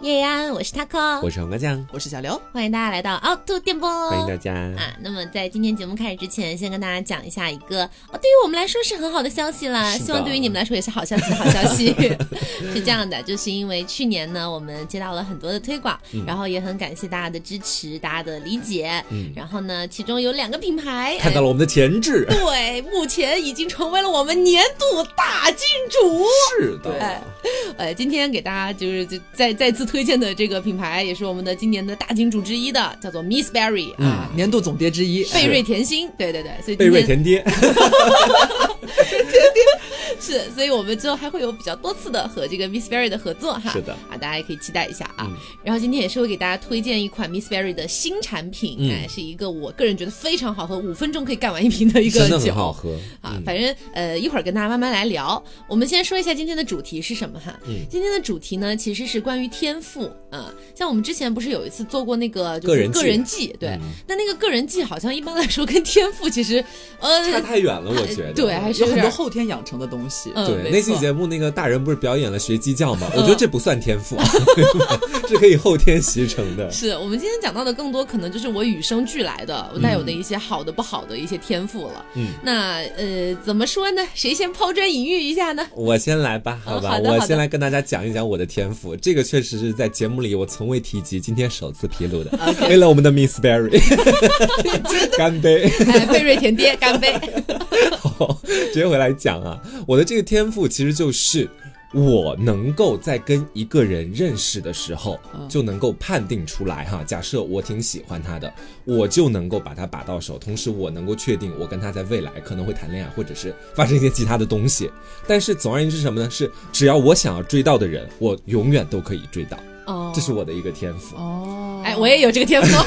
叶安，我是 taco，我是黄瓜酱，我是小刘，欢迎大家来到凹凸电波，欢迎大家。啊，那么在今天节目开始之前，先跟大家讲一下一个，哦，对于我们来说是很好的消息啦，是的希望对于你们来说也是好消息，好消 息。 是这样的，就是因为去年呢，我们接到了很多的推广，嗯然后也很感谢大家的支持，大家的理解。嗯然后呢，其中有两个品牌，嗯看到了我们的潜质，哎对，目前已经成为了我们年度大金主。是的哎，呃，今天给大家就是就再再次推荐的这个品牌，也是我们的今年的大金主之一的，叫做 Miss Berry 啊。年度总爹之一，贝瑞甜心，对对对，所以嗯贝今瑞天甜爹，是，所以我们之后还会有比较多次的和这个 Miss Berry 的合作哈。是的啊，大家也可以期待一下啊。嗯然后今天也是会给大家推荐一款 Miss Berry 的新产品，嗯哎，是一个我个人觉得非常好喝，五分钟可以干完一瓶的一个真的很酒。好喝啊，反正呃，一会儿跟大家慢慢来聊。我们先说一下今天的主题是什么哈。嗯今天的主题呢，其实是关于天赋啊、像我们之前不是有一次做过那个就个是人个技人技，对。嗯但那个个人技好像一般来说跟天赋其实，呃，差太远了，我觉得。对，还是有有很点多儿后天养成的东西。嗯对，没那期错嗯节目那个大人不是表演了学鸡叫吗？我觉得这不算天赋， 是可以后天习成的。是我们今天讲到的更多，可能就是我与生俱来的，我带有的一些好的、不好的一些天赋了。嗯，那呃，怎么说呢？谁先抛砖引玉一下呢？我先来吧，嗯好吧，好的我好的先来跟大家讲一讲我的天赋。这个确实是在节目里我从未提及，今天首次披露的。为了我们的 Miss Berry，干杯！哎，贝瑞甜爹，干 杯！好， 直接回来讲啊，我的这个天赋其实就是。我能够在跟一个人认识的时候，嗯就能够判定出来哈。假设我挺喜欢他的，我就能够把他把到手，同时我能够确定我跟他在未来可能会谈恋爱，或者是发生一些其他的东西。但是总而言之是什么呢？是只要我想要追到的人，我永远都可以追到，哦这是我的一个天赋。哦，哎，我也有这个天赋。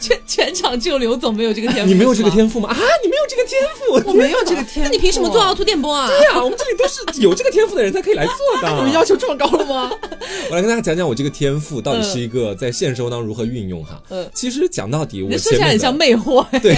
全全场只有刘总没有这个天赋，你没有这个赋，天赋吗？啊，你没有这个天赋，我没有这个天赋，那你凭什么做凹凸电波啊？对呀、我们这里都是有这个天赋的人才可以来做的。 你们要求这么高了吗？我来跟大家讲讲我这个天赋到底是一个在现实生活当中如何运用哈。嗯其实讲到底，我你说起来前面很的像魅惑。对，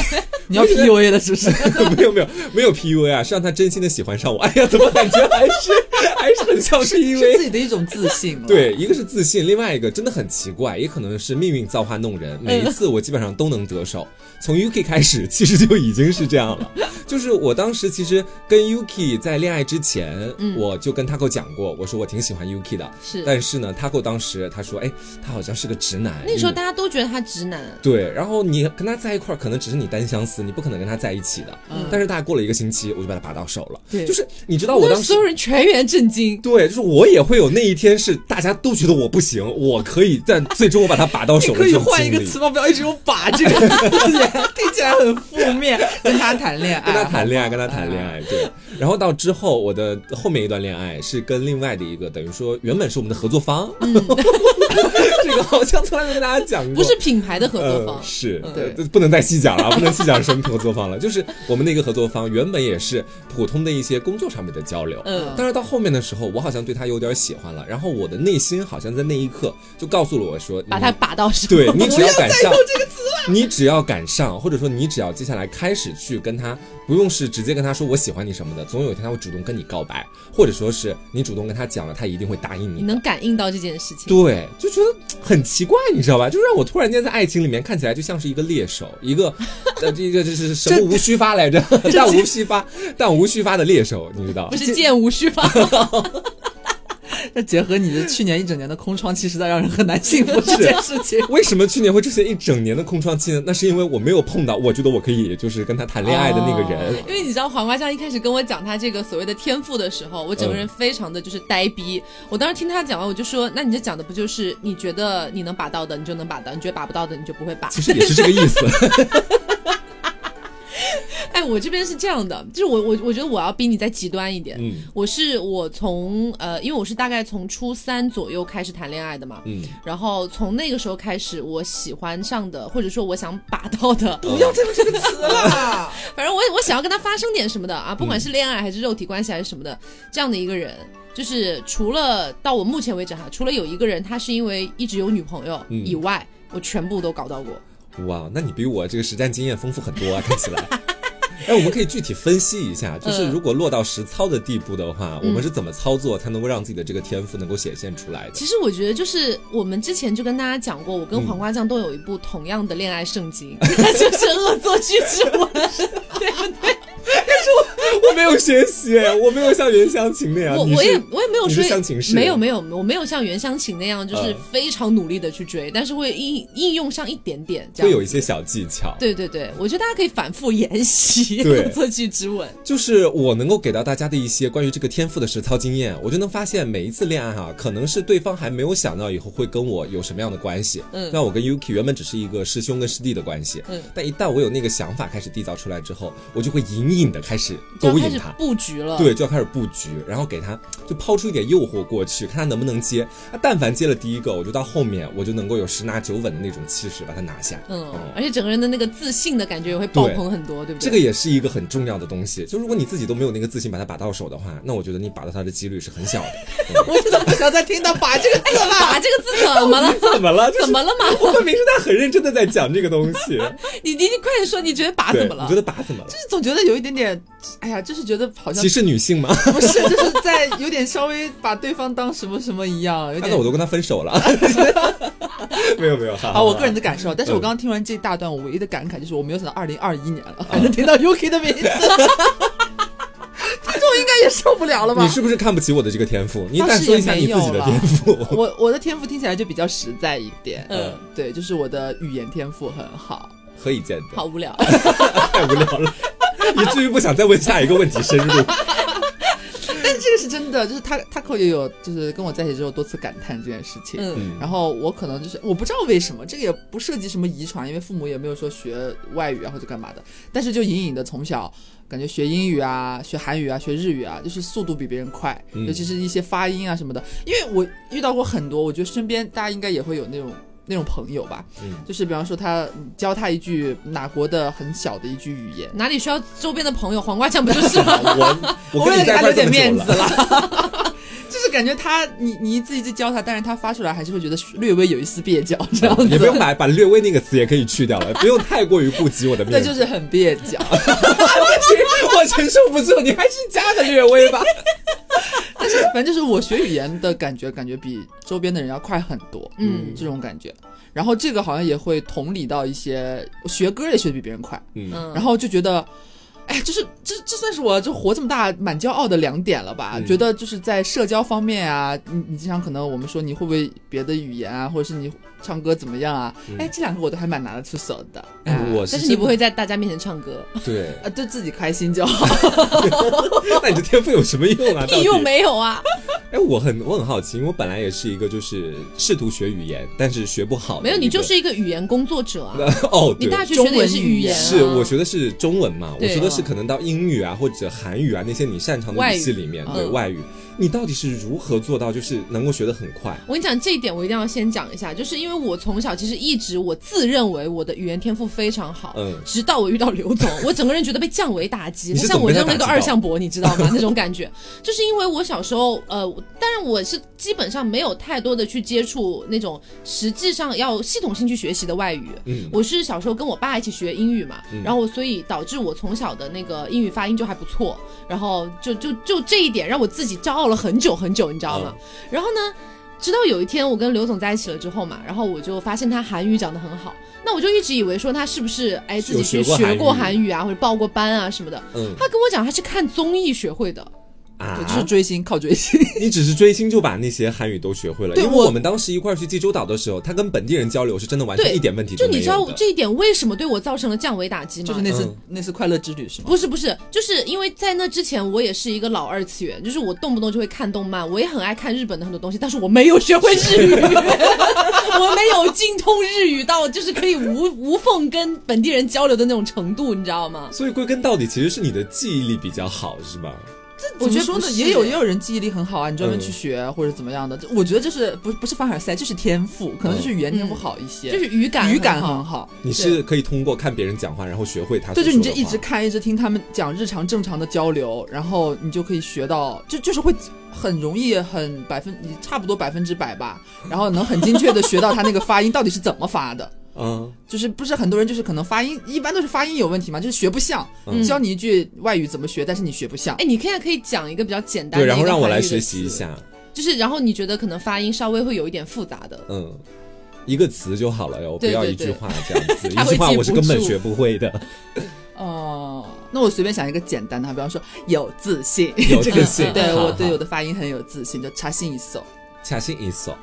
你要 PUA 了是 不是？ 没有没有没有 PUA 啊，是让他真心的喜欢上我。哎 呀，怎么感觉还是还是很像是自 PUA？己的一种自信了。对，，一个是自信，另外一个真的很奇怪，也可能是命运造化弄人。嗯每一次我基本上都能得手，从 Yuki 开始，其实就已经是这样了。 就是我当时其实跟 Yuki 在恋爱之前，我就跟 Taco 讲过，我说我挺喜欢 Yuki 的，嗯是但是呢，Taco 当时他说，哎，他好像是个直男。那时候你大家都觉得他直男，对，然后你跟他在一块儿，可能只是你单相思，你不可能跟他在一起的。但是大概过了一个星期，我就把他拔到手了。嗯对就是你知道我那当时所有。人全员震惊。对，就是我也会有那一天，是大家都觉得我不行，我可以，但最终我把他拔到 你手的可这以种换一经个历，词吗？不要一直用“把”这个 字眼，听起来很负面。跟他谈恋爱，跟他谈恋爱，跟他谈啊恋爱，对。然后到之后，我的后面一段恋爱是跟另外的一个，等于说原本是我们的合作方，嗯 这个好像从来没跟大家讲过，不是品牌的合作呃、方，是，嗯对呃不能再细讲了， 不能细讲什么合作方了。就是我们那个合作方原本也是普通的一些工作上面的交流，嗯但是到后面的时候，我好像对他有点喜欢了，然后我的内心好像在那一刻就告诉了我说，把他你拔到手。 对你只要敢上不要再用这个词了。你只要敢上，或者说你只要接下来开始去跟他，不用是直接跟他说我喜欢你什么的，总有一天他会主动跟你告白，或者说是你主动跟他讲了，他一定会答应 你你。能感应到这件事情。对，就觉得很奇怪，你知道吧？就让我突然间在爱情里面看起来就像是一个猎手，一 个呃，这个这是什么无虚发来着？ 弹无虚发，弹无虚发的猎手，你知道不？是剑无虚发，那结合你的去年一整年的空窗期，实在让人很难幸福这件事情。为什么去年会出现一整年的空窗期呢？那是因为我没有碰到，我觉得我可以就是跟他谈恋爱的那个人。因为你知道黄瓜酱一开始跟我讲他这个所谓的天赋的时候，我整个人非常的就是呆逼。我当时听他讲完，我就说，那你这讲的不就是你觉得你能把到的，你就能把到；你觉得把不到的，你就不会 把。其实也是这个意 思，哎，我这边是这样的，就是我我我觉得我要比你再极端一点。嗯我是我从呃，因为我是大概从初三左右开始谈恋爱的嘛，嗯，然后从那个时候开始，我喜欢上的或者说我想把到的， 不要再用这个词 了。反正我我想要跟他发生点什么的啊，不管是恋爱还是肉体关系还是什么的，这样的一个人，就是除了到我目前为止哈，除了有一个人他是因为一直有女朋友嗯以外，我全部都搞到过。 哇，那你比我这个实战经验丰富很多啊，看起来。哎，我们可以具体分析一下，就是嗯如果落到实操的地步的话，我们是怎么操作才能够让自己的这个天赋能够显现出来的？其实我觉得，就是我们之前就跟大家讲过，我跟黄瓜酱都有一部同样的恋爱圣 经，就是《恶作剧之吻》，对不对？我没有学习，哎我没有像袁湘琴那样，我啊你是我也我也没有你说是相亲式没有没有，我没有像袁湘琴那样，就是嗯非常努力的去追，但是会应应用上一点点，这会样有一些小技巧。对对对，我觉得大家可以反复研习 对《恶作剧之吻》。就是我能够给到大家的一些关于这个天赋的实操经验，我就能发现每一次恋爱哈、可能是对方还没有想到以后会跟我有什么样的关系。嗯那我跟 Yuki 原本只是一个师兄跟师弟的关系，嗯，但一旦我有那个想法开始缔造出来之后，我就会隐隐的开始就要勾开引始他。布局了，对，就要开始布局，然后给他就抛出一点诱惑过去，看他能不能接。他但凡接了第一个，我就到后面我就能够有十拿九稳的那种气势把他拿下。嗯哦，而且整个人的那个自信的感觉也会爆棚很多，对不这对？ 个也是一个很重要的东西。就如果你自己都没有那个自信把它把到手的话，那我觉得你把到它的几率是很 小的。我真的不想再听到“把”这个字了。啊把这个字怎 么了？怎么了？就是怎么了嘛？我分明是他很认真的在讲这个东 西。 你你你快点说，你觉得啊把对，怎么了你觉？得把怎么了？就是总觉得有一点点，哎呀，就是觉得好像歧视女性吗？不是，就是在有点稍微把对方当什么什么一样，有看到我点。都跟他分手 了。没有没有，好啊，好我好嗯个人的感受，但是我刚刚听完这一大段，我唯一的感慨就是我没有想到二零二一年了，啊还能 听到 UK 的名字，听众应该也受不了了吧你？是不是看不起我的这个天赋？你倒但是说也一下没你自有己的了天赋。 我我的天赋听起来就比较实在一点，嗯，对，就是我的语言天赋很好， 何以见得？哎好无聊。太无聊了，以至于不想再问下一个问题深 入。但这个是真的，就是他他可也有就是跟我在一起之后多次感叹这件事情，嗯嗯然后我可能就是我不知道为什么，这个也不涉及什么遗传，因为父母也没有说学外语啊或者干嘛的，但是就隐隐的从小感觉学英语啊、学韩语啊、学日语啊，就是速度比别人快，嗯尤其是一些发音啊什么的。因为我遇到过很多，我觉得身边大家应该也会有那种。那种朋友吧，嗯就是比方说他你教他一句哪国的很小的一句语言，哪里需要周边的朋友？黄瓜酱不 就是吗？我我为跟你在一了给他块留儿这点么久面子了，了，就是感觉他你你一字一字教他，但是他发出来还是会觉得略微有一丝蹩脚这样子。也不用把把略微那个词也可以去掉了，不用太过于顾及我的对，面子。就是很蹩脚。 我承受不 住，你还是加个略微吧。 但是反正就是我学语言的感觉，感觉比周边的人要快很多，嗯这种感觉。然后这个好像也会同理到一些学歌也学得比别人快，嗯，嗯，然后就觉得。哎，就是这这算是我就活这么大蛮骄傲的两点了吧？嗯觉得就是在社交方面啊，你你经常可能我们说你会不会别的语言啊，或者是你唱歌怎么样啊？哎，这两个我都还蛮拿得出手的。哎哎嗯我但是真你不会在大家面前唱 歌，对，啊，对自己开心 就好，那你的天赋有什么用 啊？到屁底用没有啊？哎，我很我很好奇，因为我本来也是一个就是试图学语言，但是学不好的一个。没有，你就是一个语言工作者啊。 哦，你对大学学的也是语言、啊，是，我学的是中文嘛，我对学的是可能到英语啊或者韩语啊那些你擅长的外语语系里面，对嗯外语，你到底是如何做到就是能够学得很快？我跟你讲这一点，我一定要先讲一下，就是因为我从小其实一直我自认为我的语言天赋非常好，嗯直到我遇到刘总，我整个人觉得被降维打击，你他是像怎么我被他扔了一个打击到二向箔，你知道吗？那种感觉，就是因为我小时候呃，但是我是基本上没有太多的去接触那种实质上要系统性去学习的外语，嗯我是小时候跟我爸一起学英语嘛，然后我所以导致我从小的那个英语发音就还不错，然后就就就这一点让我自己骄傲了很久很久，你知道嗯吗？然后呢，直到有一天我跟刘总在一起了之后嘛，然后我就发现他韩语讲得很好，那我就一直以为说他是不是哎自己去有学过韩语学过韩语啊，或者报过班啊什么的。嗯他跟我讲他是看综艺学会的，啊对，就是追星靠追星。你只是追星就把那些韩语都学会了，因对为我我们当时一块儿去济州岛的时候，他跟本地人交流是真的完全对一点问题就都没你有知道的。这一点为什么对我造成了降维打击吗？就是那次、嗯那次快乐之旅是吗？不是不是，就是因为在那之前，我也是一个老二次元，就是我动不动就会看动漫，我也很爱看日本的很多东西，但是我没有学会 日语，我没有精通日语到就是可以无无缝跟本地人交流的那种程度，你知道吗？所以归根到底，其实是你的记忆力比较好，是吧？我觉得怎不么说呢，是也有也有人记忆力很好啊，你专门嗯去学或者怎么样的，我觉得就是不不是凡尔赛，就是天赋，可能就是嗯语言天赋好一些，就是语感语感很好很好。你是可以通过看别人讲话，然后学会他所对，就说的话。你就一直看，一直听他们讲日常正常的交流，然后你就可以学到，就就是会很容易，很百分，差不多百分之百吧，然后能很精确的学到他那个发音到底是怎么发的。嗯就是不是很多人就是可能发音一般都是发音有问题嘛，就是学不像，嗯教你一句外语怎么学，但是你学不像。哎，你现在可以讲一个比较简单对，的，然后让我来学习一，下，就是然后你觉得可能发音稍微会有一点复杂 的，嗯。一个词就好了哟，不对要对一句对话这样 子，他一会句话记我是不根本住学不会的。哦，那我随便想一个简单的哈，比方说有自 信，有这个自信对好我好对我的发音很有自信，叫查信一搜。恰心一扫，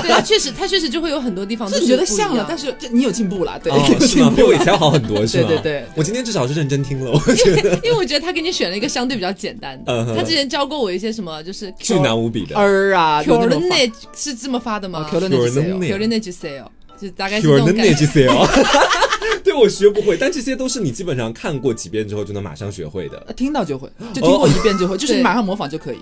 对，它确实它确实就会有很多地方就都你觉得像了，但是是这你有进步了，对，哦， 有是进吗？比步我以了。前好很多，是吗？对对对我今天至少是认真 听了，我觉不一得样，因为我觉得他给你选了一个相对比较简单嗯的，哼他之前教过我一些什么，就是巨难无比的。 儿啊 q 有 r 那 n 种哦 e 是这么发的吗 q q l 那种 Q-Lene r n e 句 sale 就大概是 Pure 那 n 种 a 感 n 觉。 g C L，对 我学不会，但这些都是你基本上看过几遍之后就能马上学 会的。呃听到就会，就听过一遍就会，就是你马上模仿就可以，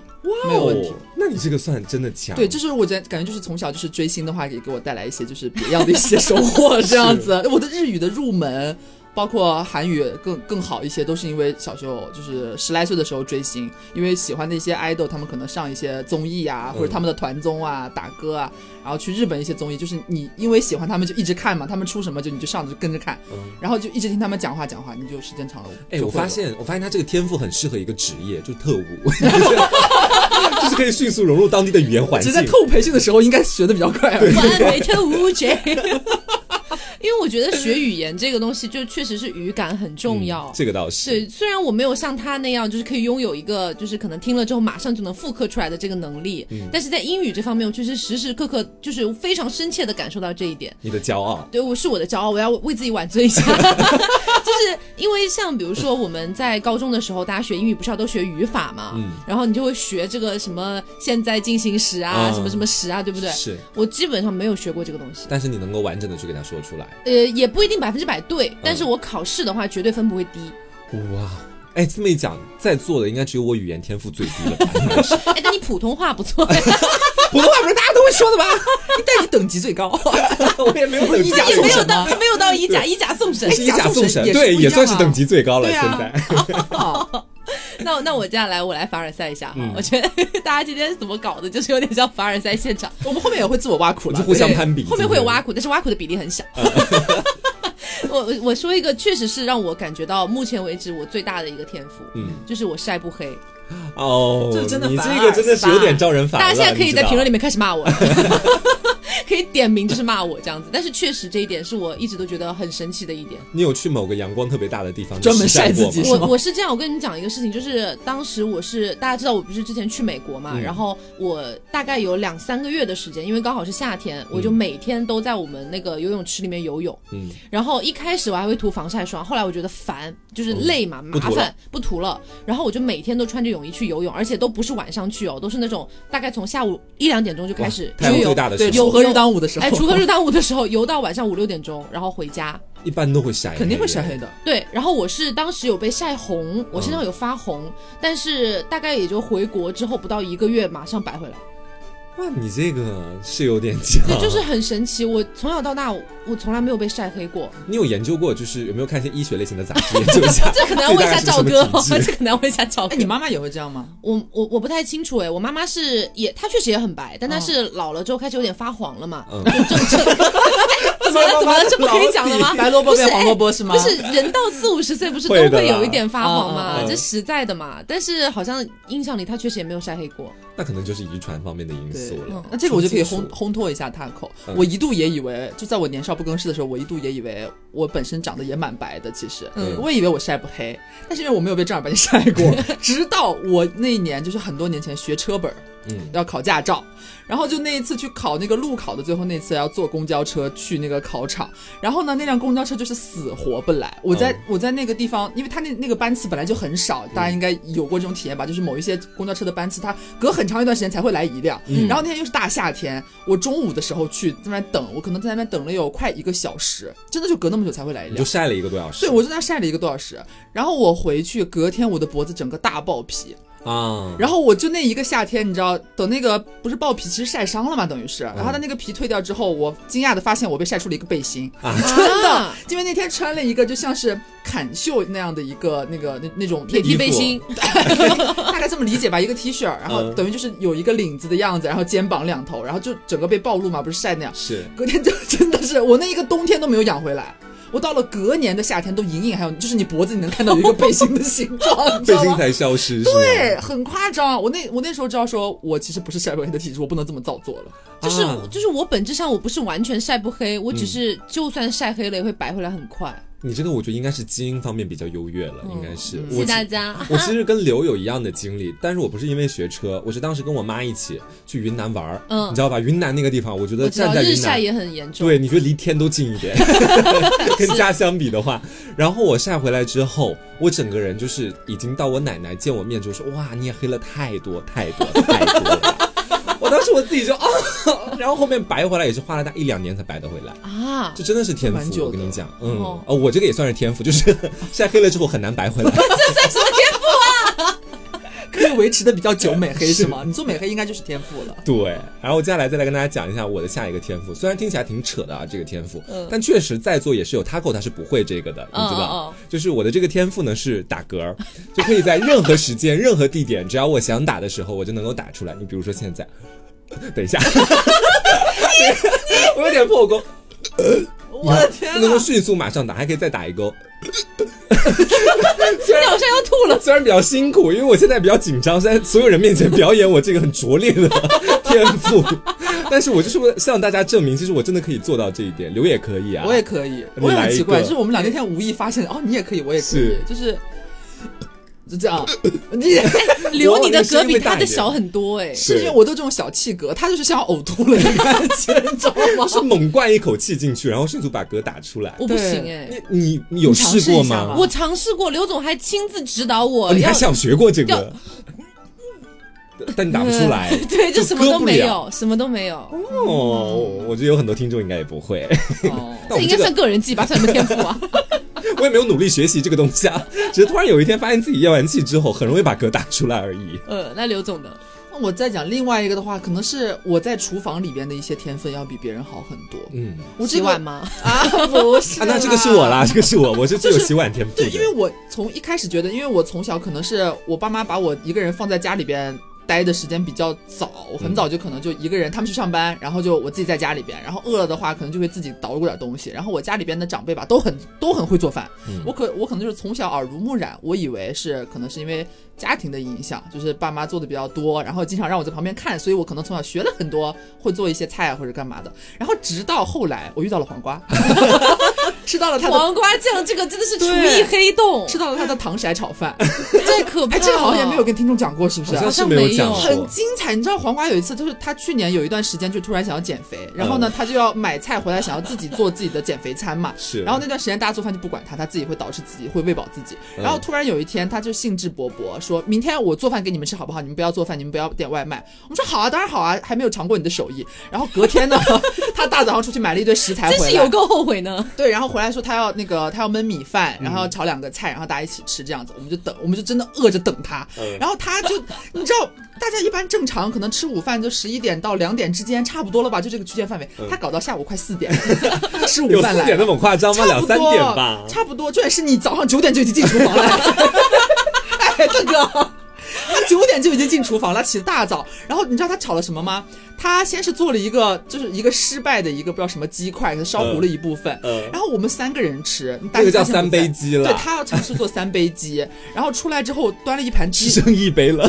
没有问题哦。，那你这个算真的强。对，就是我觉得感觉就是从小就是追星的话，也给我带来一些就是别样的一些收获， 这样子。我的日语的入门，包括韩语更更好一些，都是因为小时候就是十来岁的时候追星，因为喜欢的一些 idol，他们可能上一些综艺啊，或者他们的团综啊、打歌啊，然后去日本一些综艺，就是你因为喜欢他们就一直看嘛，他们出什么就你就上着就跟着看，嗯然后就一直听他们讲话讲话，你就时间长了。哎、就我会发了现，我发现他这个天赋很适合一个职业，就特务， 就是可以迅速融入当地的语言环只境是。在特务培训的时候应该学的比较快。啊 完美的无觉。 因为我觉得学语言这个东西，就确实是语感很重要。嗯这个倒是。对，虽然我没有像他那样，就是可以拥有一个，就是可能听了之后马上就能复刻出来的这个能力，嗯但是在英语这方面，我确实时时刻刻就是非常深切的感受到这一点。你的骄傲，对，我是我的骄傲，我要为自己挽尊一下。 就是因为像比如说我们在高中的时候，大家学英语不是要都学语法嘛，嗯然后你就会学这个什么现在进行时啊，啊什么什么时啊，对不对？是，我基本上没有学过这个东西，但是你能够完整的去给他说出来，呃，也不一定百分之百嗯对，但是我考试的话绝对分不会 低。哇！哎，这么一讲，在座的应该只有我语言天赋最低了吧？应 该是哎，但你普通话不错，哎普通话不是大家都会说的吗？ 但你等级最高，我也没有等级 也没有哎到啊没有到以甲以甲送审我。是以假假送送神神，也是对，不一也算样是啊等级最高了。对现啊在，哦那那我接下来我来凡尔赛一下哈，嗯我觉得大家今天怎么搞的，就是有点像凡尔赛现场。我们后面也会自我挖苦我了，们就互相对攀比后 面会有今天嗯挖苦，但是挖苦的比例很小。 我我我说一个，确实是让我感觉到目前为止我最大的一个天赋，嗯，就是我晒不黑。哦，这真的你凡这个尔真的是有赛点招人烦了。大家现在可以在评论里面，面开始骂我， 可以点名就是骂我这样子。但是确实这一点是我一直都觉得很神奇的一点。你有去某个阳光特别大的地方专门晒晒自己过吗是我吗我是这样，我跟你讲一个事情，就是当时我是大家知道我不是之前去美国嘛，嗯然后我大概有两三个月的时间，因为刚好是夏天，我就每天都在我们那个游泳池里面游泳。嗯，然后一开始我还会涂防晒霜，后来我觉得烦，就是累嘛，哦不麻涂了烦，不涂了。然后我就每天都穿着泳衣去游泳，而且都不是晚上去哦，都是那种大概从下午一两点钟就开始太阳游最泳。大的对，时锄候，禾日当午的时候，哎，除了日当午的时候游到晚上五六点钟，然后回家。一般都会晒，肯定会晒黑。的。对，然后我是当时有被晒红，我身上有发红，但是大概也就回国之后不到一个月，马上白回来。哇，你这个是有点强，对，就是很神奇，我从小到大我我从来没有被晒黑过。？你有研究过，就是有没有看一些医学类型的杂志研究一 下这可能要问一下赵哥哦，最大概是什么体质 这可能要问一下赵哥。 哎，你妈妈也会这样吗？我我我不太清楚哎，我妈妈是也，她确实也很白，但她是老了之后开始有点发黄了嘛。嗯就正正 怎么了？怎么了？这不可以讲的吗？白萝卜不是变黄萝卜是吗？不是，人到四五十岁不是都会的会啦有一点发黄嘛嗯嗯，嗯这实在的嘛。但是好像印象里她确实也没有晒黑 过。那可能就是遗传方面的因对嗯素了。那这个我就可以重烘金属烘托一下他的口嗯。我一度也以为，就在我年少不更事的时候，我一度也以为我本身长得也蛮白的，其实，嗯我也以为我晒不黑，但是因为我没有被正儿八经晒 过，直到我那一年就是很多年前学车本儿，嗯，要考驾照，然后就那一次去考那个路考的，最后那次要坐公交车去那个考场，然后呢，那辆公交车就是死活不来。我在、嗯我在那个地方，因为它那那个班次本来就很少，大家应该有过这种体验吧？就是某一些公交车的班次，它隔很长一段时间才会来一辆。嗯然后那天又是大夏天，我中午的时候去在那边等，我可能在那边等了有快一个小时，真的就隔那么久才会来一你辆就。晒了一个多小时。对，我就在那晒了一个多小时，然后我回去，隔天我的脖子整个大爆皮，啊，然后我就那一个夏天，你知道，等那个不是爆皮，其实晒伤了嘛，等于是。然后它那个皮退掉之后，我惊讶的发现我被晒出了一个背心，真的，因为那天穿了一个就像是坎袖那样的一个那个那那种铁衣皮服啊背心，大概这么理解吧，一个 T 恤，然后嗯等于就是有一个领子的样子，然后肩膀两头，然后就整个被暴露嘛，不是晒那样。是隔天就真的是我那一个冬天都没有养回来，我到了隔年的夏天都隐隐还有，就是你脖子你能看到有一个背心的形状，你知背道心吗？才消失，对对，很夸张。我那我那时候知道说，我其实不是晒不黑的体质，我不能这么造作了。 就是、啊嗯就是我本质上我不是完全晒不黑，我只是就算晒黑了也会白回来很快。你这个我觉得应该是基因方面比较优越嗯了，应该是。谢我谢其大家。我其实跟刘有一样的经历，但是我不是因为学车，我是当时跟我妈一起去云南玩儿，嗯你知道吧？云南那个地方，我觉 得我知道站在日云晒南，也很严重，对，你觉得离天都近一 点，跟家相比的话。然后我晒回来之后，我整个人就是已经到我奶奶见我面就说：“哇，你也黑了太多太多太多 了。”我当时我自己就啊，然后后面白回来也是花了大一两年才白得回来。啊，这真的是天蛮赋，久我跟你的讲，嗯，哦哦，我这个也算是天赋，就是 晒黑了之后很难白回来。可以维持的比较久，美黑是吗？你做美黑应该就是天赋了。对，然后接下来再来跟大家讲一下我的下一个天赋，虽然听起来挺扯的啊，这个天赋，但确实在座也是有 Taco 他是不会这个的，你知道哦哦，就是我的这个天赋呢是打嗝儿，就可以在任何时间、 任何地点，只要我想打的时候，我就能够打出来。你比如说现在， 等一下， 我有点破功，我的天能够迅速马上打，还可以再打一勾。你好像要吐了。 虽然比较辛苦，因为我现在比较紧张，在所有人面前表演我这个很拙劣的 天赋，但是我就是为了向大家证明，其实我真的可以做到这一点。刘也可以啊，我也可以，你我也来很一奇怪，个就是我们俩那天无意发现，哦，你也可以，我也可以是，就是就 这样，你。刘，我你的那个声嗝音比会他的大一点小很多哎、是因为我都这种小气格，他就是像要呕吐了的感觉，你知道吗？是猛灌一口气进去，然后迅速把嗝打出来。我不对行哎、你你你有你尝试试过一下吗吧？我尝试过，刘总还亲自指导我啊哦你要还想学过这要，个？但你打不出来 对，就什么割都不没了有，什么都没有，哦。我觉得有很多听众应该也不会。哦但这我们应这该个算个人技吧，算什么天赋啊？ 我也没有努力学习这个东西啊，只是突然有一天发现自己咽完气之后，很容易把嗝打出来而已。呃，那刘总的 那我再讲另外一个的话，可能是我在厨房里边的一些天分要比别人好很多。嗯，我这洗个碗 吗？啊，不是、啊，那这个是我。啦，这个是我，我是最有就是洗碗天赋对，的。因为我从一开始觉得，因为我从小可能是我爸妈把我一个人放在家里边待的时间比较早，我嗯很早就可能就一个人，他们去上班，然后就我自己在家里边，然后饿了的话可能就会自己捣鼓点东西。然后我家里边的长辈吧都很都很会做饭，嗯我可我可能就是从小耳濡目染，我以为是可能是因为家庭的影响，就是爸妈做的比较多，然后经常让我在旁边看，所以我可能从小学了很多会做一些菜啊或者干嘛的。然后直到后来我遇到了黄瓜， 吃到了他的 黄瓜酱这个真的是厨对艺黑洞，吃到了他的糖色 炒饭，最可啊怕哎，了。这个好像也没有跟听众讲过，是不是好像啊？好是像没有没讲有过很。精彩，你知道黄瓜有一次，就是他去年有一段时间就突然想要减肥，嗯然后呢，他就要买菜回来，想要自己做自己的减肥餐 嘛。是，然后那段时间大家做饭就不管他，他自己会导致自己会喂饱自己。嗯然后突然有一天，他就兴致勃勃说：“明天我做饭给你们吃好不好？你们不要做饭，你们不要点外卖。”我们说：“好啊，当然好啊，还没有尝过你的手艺。”然后隔 天呢，他大早上出去买了一堆食材回真来，是有够后悔呢。对，然后回来说他要那个他要焖米饭，然后炒两个菜，然后大家一起吃这样子，我们就等，我们就真的饿着等他。嗯然后他就你知道，大家一般正常可能吃午饭就十一点到两点之间，差不多了吧，就这个区间范围。他搞到下午快四点 吃午有饭四来嗯点那了。么夸张吗？差两不三点多吧，。差不多。重点是你早上九点就已经进厨房了， 哎，大哥，他九点就已经进厨房了，起得大早。然后你知道他炒了什么吗？他先是做了一个，就是一个失败的一个不知道什么鸡块，他烧糊了一部分，嗯嗯然后我们三个人吃，这个叫三杯鸡了对他要尝试做三杯鸡，然后出来之后端了一盘只 鸡，剩一杯了，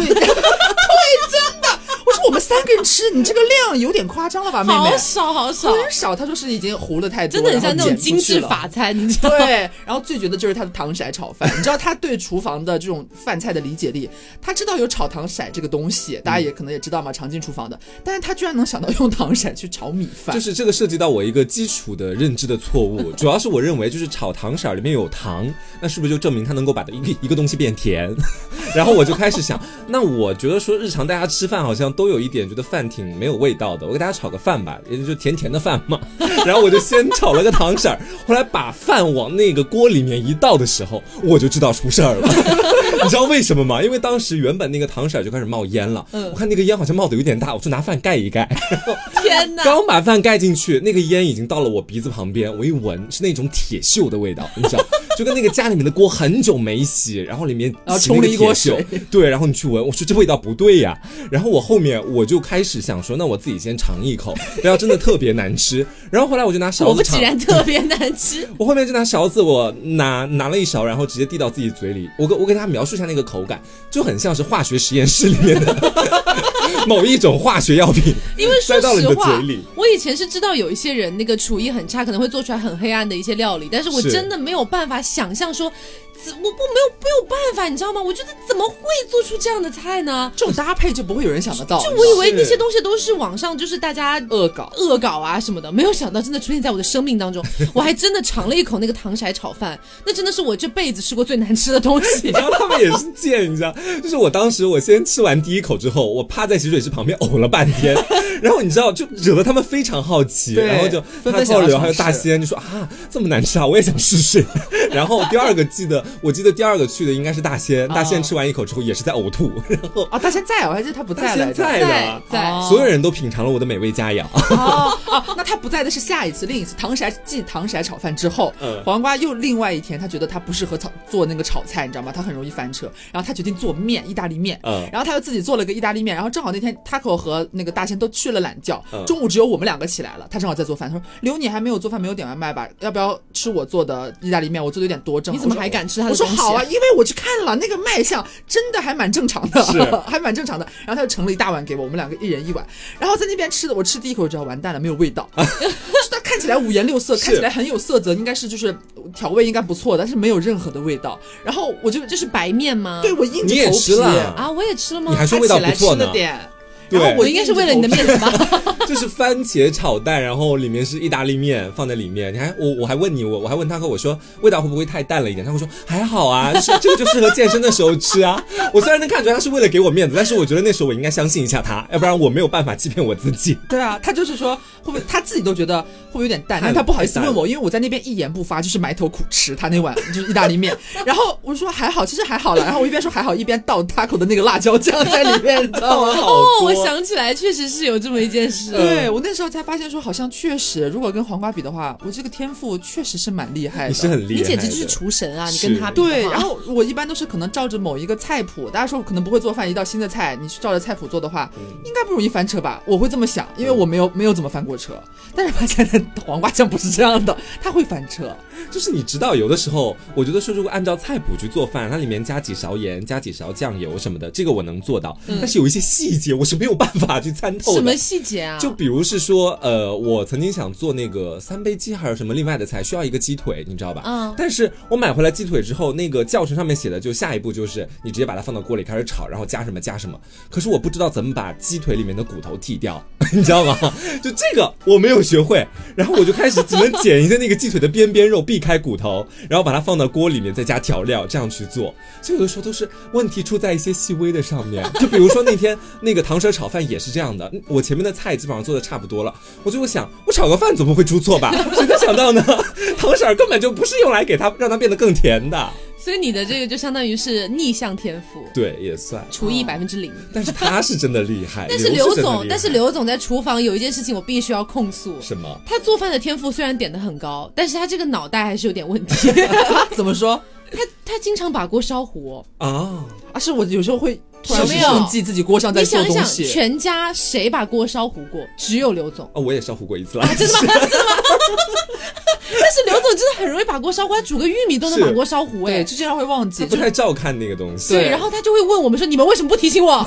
我说我们三个人吃，你这个量有点夸张了啊吧，妹妹好。少好少，很少，他说是已经糊了太多，真的很像然那后种剪不精去致了法 餐，你知道吗？ 对，然后最绝的就是他的糖色炒饭。你知道他对厨房的这种饭菜的理解力，他知道有炒糖色这个东西，嗯大家也可能也知道嘛，常进厨房的，但是他居然能想到用糖色去炒米饭，就是这个涉及到我一个基础的认知的错误，主要是我认为就是炒糖色儿里面有糖，那是不是就证明它能够把一个一 个东西变甜？然后我就开始想，那我觉得说日常大家吃饭好像都有一点点，觉得饭挺没有味道的，我给大家炒个饭吧，也就甜甜的饭嘛。 然后我就先炒了个糖色儿，后来把饭往那个锅里面一倒的时候，我就知道出事儿了。 你知道为什么吗？因为当时原本那个糖色儿就开始冒烟了，我看那个烟好像冒的有点大，我就拿饭盖一盖。天哪！刚把饭盖进去，那个烟已经到了我鼻子旁边，我一闻是那种铁锈的味道，你知道，就跟那个家里面的锅很久没洗，然后里面然后起冲那了个一啊锅铁锈水，对，然后你去闻，我说这味道不对呀、然后我后面我就开始想说，那我自己先尝一口，不要真的特别难吃。然后后来我就拿勺果不子 尝其，然，特别难吃。我后面就拿勺子，我拿拿了一勺，然后直接递到自己嘴里。我给我给大家描述一下那个口感，就很像是化学实验室里面的 某一种化学药品，因为说呃塞到了你实的话嘴里。，我以前是知道有一些人那个厨艺很差，可能会做出来很黑暗的一些料理，但是我是真的没有办法想象说，怎我不没有没有办法，你知道吗？我觉得怎么会做出这样的菜呢？这种搭配就不会有人想得到。就我以为那些东西都是网上就是大家恶搞，恶搞啊什么的，没有想到真的出现在我的生命当 中。我还真的尝了一口那个糖色炒饭，那真的是我这辈子吃过最难吃的东西。然后他们也是贱，你知道， 就是我当时我先吃完第一口之后，我趴在洗水池旁边哦呕了半天，然后你知道就惹得他们非常好奇，对然后就纷他纷想靠要流还有尝大试仙就说啊这么难吃啊，我也想试试。 然后第二个记得我记得第二个去的应该是大仙，哦大仙吃完一口之后也是在呕吐，然后啊！大仙在哦，我还记得他不大在来仙着。 在在了。在，哦 所有人都品尝了我的美味佳 肴，哦哦，那他不在的是下一次，另一次糖色继糖色炒饭之后，嗯黄瓜又另外一天，他觉得他不适合炒做那个炒菜，你知道吗？他很容易翻车，然后他决定做面，意大利面。嗯然后他又自己做了个意大利面，然后正好那天 Taco 和那个大仙都去了懒觉，嗯中午只有我们两个起来了，他正好在做饭，他说：“刘，你还没有做饭，没有点外卖吧？要不要吃我做的意大利面？我做的有点多，正好你怎么我说还敢吃他的我说东西好啊，因为我去看了那个卖相，真的还蛮正常的，是 还蛮正常的。然后他就盛了一大碗给我，我们两个一人一碗。然后在那边吃的，我吃第一口就知道完蛋了，没有味 道。就是它看起来五颜六色，是看起来很有色泽，应该是就是调味应该不错，但是没有任何的味道。然后我就就这是是白面吗？对我硬着头皮你也吃了啊，我也吃了吗？你还说味道不错呢他起来吃的。点。对然后我我应该是为了你的面子吧？就是番茄炒蛋，然后里面是意大利面放在里面。你还我我还问你，我我还问他哥，我说味道会不会太淡了一点？他会说还好啊，就是这个就适合健身的时候吃啊。我虽然能看出来他是为了给我面子，但是我觉得那时候我应该相信一下他，要不然我没有办法欺骗我自己。对啊，他就是说会不会他自己都觉得会不会有点淡，太但他不好意思太淡问我，因为我在那边一言不发，就是埋头苦吃他那碗就是意大利面。然后我说还好，其实还好了。然后我一边说还好，一边倒 taco 的那个辣椒酱在里面，你知道 吗？好哦，多我想起来，确实是有这么一件事。 对我那时候才发现说，好像确实，如果跟黄瓜比的话，我这个天赋确实是蛮厉害的。你是很厉害的，你简直就是厨神啊！你跟是他比的话对，然后我一般都是可能照着某一个菜谱，大家说我可能不会做饭，一道新的菜，你去照着菜谱做的话，应该不容易翻车吧？我会这么想，因为我没有没有怎么翻过车，但是发现 黄瓜酱不是这样的，它会翻车。就是你知道，有的时候我觉得说，如果按照菜谱去做饭，它里面加几勺盐、加几勺酱油什么的，这个我能做到。但是有一些细节我是没有办法去参透嗯的。什么细节啊？哦就比如是说，呃，我曾经想做那个三杯鸡还是什么另外的菜，需要一个鸡腿，你知道吧？嗯但是我买回来鸡腿之后，那个教程上面写的就下一步就是你直接把它放到锅里开始炒，然后加什么加什么。可是我不知道怎么把鸡腿里面的骨头剔掉， 你知道吗？就这个我没有学会，然后我就开始只能剪一下那个鸡腿的边边肉，避开骨头，然后把它放到锅里面再加调料，这样去做。所以有的时候都是问题出在一些细微的上面，就比如说那天那个糖水炒饭也是这样的，我前面的菜基本上做的差不多了，我就会想，我炒个饭总不会出错吧？ 谁能想到呢？ 糖水根本就不是用来给它让它变得更甜的，所以你的这个就相当于是逆向天赋，对，也算。厨艺百分之零。但是他是真的厉害， 但是嗯哎刘刘真的厉总害，但是刘总在厨房有一件事情我必须要控诉，什么？他做饭的天赋虽然点的很高，但是他这个脑袋还是有点问题。 怎么说他他经常把锅烧糊。哦啊，啊？是我有时候会突有没然有忘记自己锅上在你做想一东想，西。全家谁把锅烧糊过？只有刘总。哦，我也烧糊过一次啦，啊真的吗？ 真的吗？但是刘总真的很容易把锅烧糊，他煮个玉米都能是把锅烧糊哎对，。就经常会忘记。啊不就太照看那个东西。对然后他就会问我们说：“你们为什么不提醒我？我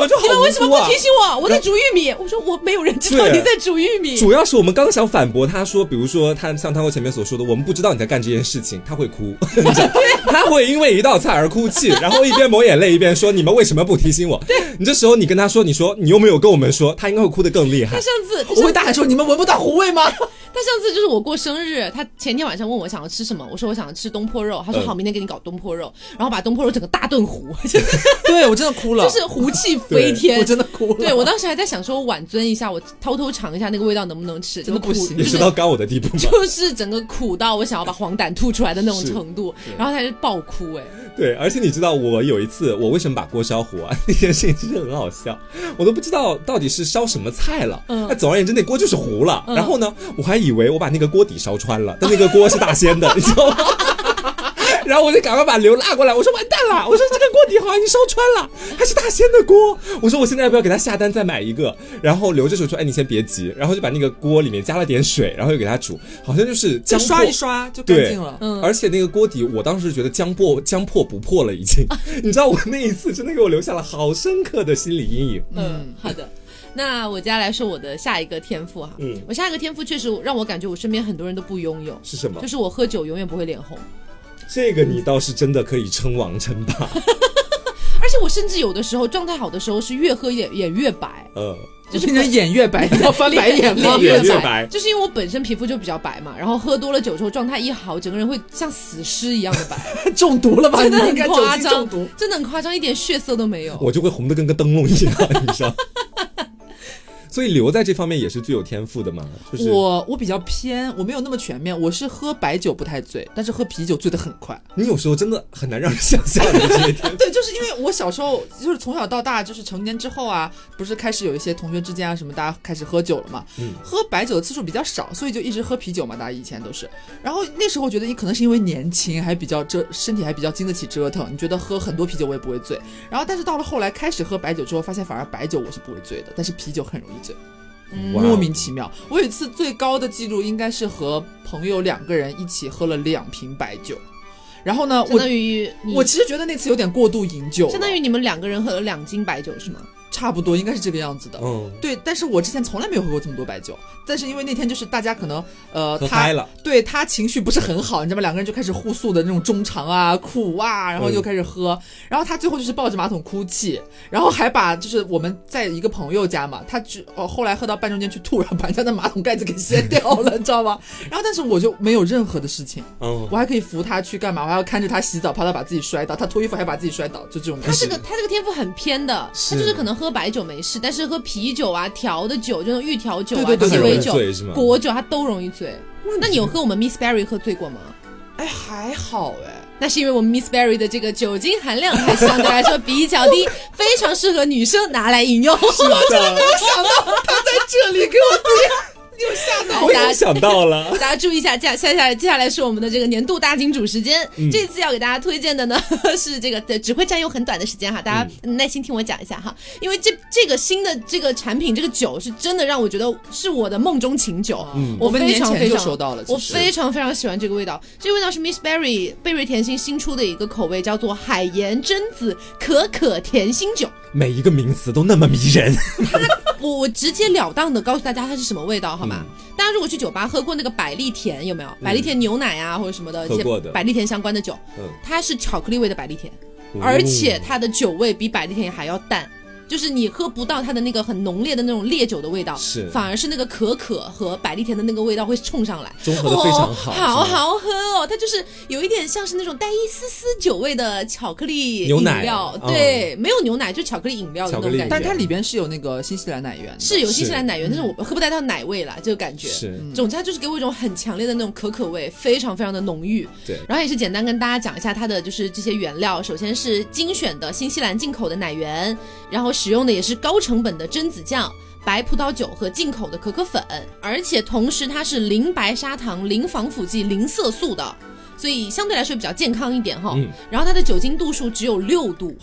们就好你们为什么无辜啊不提醒我？我在煮玉米。”我说：“我没有人知道对你在煮玉米。”主要是我们刚想反驳他说，比如说他像他和前面所说的，我们不知道你在干这件事情，他会哭，你知道 他会因为一道菜而哭泣，然后一边抹眼泪一边说你们为什么不提醒我？对你这时候你跟他说，你说你又没有跟我们说，他应该会哭得更厉害他。上次，他我上会大喊说：“你们闻不到糊味吗？他上次就是我过生日，他前天晚上问我想要吃什么，我说我想要吃东坡肉，他说嗯好，明天给你搞东坡肉，然后把东坡肉整个大炖糊，就对我真的哭了，就是胡气飞天我。真的哭了。对我当时还在想说晚尊一下，我偷偷尝一下那个味道能不能吃，真的就苦不行你就吃是到刚我的地步吗？就是整个苦到我想要把黄疸吐出来的那种是程度，然后他就爆哭哎、 对，而且你知道我有一次，我为什么把锅烧糊啊？ 那件事情其实很好笑，我都不知道到底是烧什么菜了。嗯那总而言之，那锅就是糊了。嗯然后呢，我还以为我把那个锅底烧穿了，但那个锅是大仙的，你知道吗？ 然后我就赶快把刘拉过来，我说完蛋了，我说这个锅底好像已经烧穿了，还是大仙的锅。我说我现在要不要给他下单再买一个？然后刘这时候说，哎，你先别急，然后就把那个锅里面加了点水，然后又给他煮，好像就是就姜刷末一刷就干对净，了。嗯而且那个锅底，我当时觉得将破将破不破了，已 经。你知道我那一次真的给我留下了好深刻的心理阴影。嗯，好的。那我接下来说我的下一个天赋哈，嗯我下一个天赋确实让我感觉我身边很多人都不拥有，是什么就？是我喝酒永远不会脸红，这个你倒是真的可以称王称霸。而且我甚至有的时候状态好的时候是越喝眼眼越白，呃，就是听着眼越白，要翻白眼吗？脸脸越白，白就是因为我本身皮肤就比较白嘛，然后喝多了酒之后状态一好，整个人会像死尸一样 的白，中毒了吧？真的你应很该酒夸精张中毒，，真的很夸张，一点血色都没有。我就会红的跟个灯笼一样，你知道。所以刘在这方面也是最有天赋的嘛，就是我我比较偏，我没有那么全面。我是喝白酒不太醉，但是喝啤酒醉得很快。 你有时候真的很难让人想象你这些天对，就是因为我小时候就是从小到大，就是成年之后啊，不是开始有一些同学之间啊什么，大家开始喝酒了嘛。嗯喝白酒的次数比较少，所以就一直喝啤酒嘛，大家以前都是。然后那时候觉得你可能是因为年轻，还比较折，身体还比较经得起折腾，你觉得喝很多啤酒我也不会醉。然后但是到了后来开始喝白酒之后，发现反而白酒我是不会醉的，但是啤酒很容易嗯醉。赋，哇哦莫名其妙。我有一次最高的记录应该是和朋友两个人一起喝了两瓶白酒，然后呢，相我当于你我其实觉得那次有点过度饮酒了，相当于你们两个人喝了两斤白酒是吗？差不多应该是这个样子的。嗯，对，但是我之前从来没有喝过这么多白酒，但是因为那天就是大家可能呃，喝他嗨了，对他情绪不是很好，你知道吗？两个人就开始互诉的那种衷肠啊、苦啊，然后就开始喝，然后他最后就是抱着马桶哭泣，然后还把就是我们在一个朋友家嘛，他只哦后来喝到半中间去吐，然后把人家的马桶盖子给掀掉了，你知道 吗？然后但是我就没有任何的事情，嗯我，还可以扶他去干嘛？我还要看着他洗澡，怕他把自己摔倒，他脱衣服还把自己摔倒，就这种感他觉。这个他这个天赋很偏的，是他就是可能喝白酒没事，但是喝啤酒啊、调的酒，就那种预调酒啊、对对对很鸡容尾易酒、醉是吗？果酒，他都容易醉。那你有和我们 Miss Berry 喝醉过吗？哎，还好哎。那是因为我们 Miss Berry 的这个酒精含量还相对来说比较低，非常适合女生拿来饮用。是的，想到他在这里给我接，又吓到我已经想 到了。大家注意一下，接下下接下来是我们的这个年度大金主时间。嗯这次要给大家推荐的呢 是这个，对，只会占用很短的时间哈，大家嗯耐心听我讲一下哈。因为这这个新的这个产品，这个酒是真的让我觉得是我的梦中情酒。嗯我我们非年常前非就常收到了，我其实非常非常喜欢这个味道，这个味道是 Miss Berry 贝瑞甜心新出的一个口味，叫做海盐榛子可可甜心酒。每一个名词都那么迷人，我我直截了当的告诉大家它是什么味道，好吗？嗯大家如果去酒吧喝过那个百利甜，有没有？百利甜牛奶啊，或者什么的，喝一些过的百利甜相关的酒，嗯它是巧克力味的百利甜，哦而且它的酒味比百利甜还要淡。就是你喝不到它的那个很浓烈的那种烈酒的味道，是反而是那个可可和百利甜的那个味道会冲上来，综合的非常好哦，是吗好好喝哦。它就是有一点像是那种带一丝丝酒味的巧克力牛饮奶料，嗯对，没有牛奶，就巧克力饮料的那巧克种力感觉。但是它里边是有那个新西兰奶源的，是有新西是兰奶源，但是我喝不太到奶味啦，这个感觉。是总之它就是给我一种很强烈的那种可可味，非常非常的浓郁。对然后也是简单跟大家讲一下它的就是这些原料，首先是精选的新西兰进口的奶源，然后使用的也是高成本的榛子酱。白葡萄酒和进口的可可粉，而且同时它是零白砂糖、零防腐剂、零色素的，所以相对来说比较健康一点哈。嗯哦然后它的酒精度数只有六度，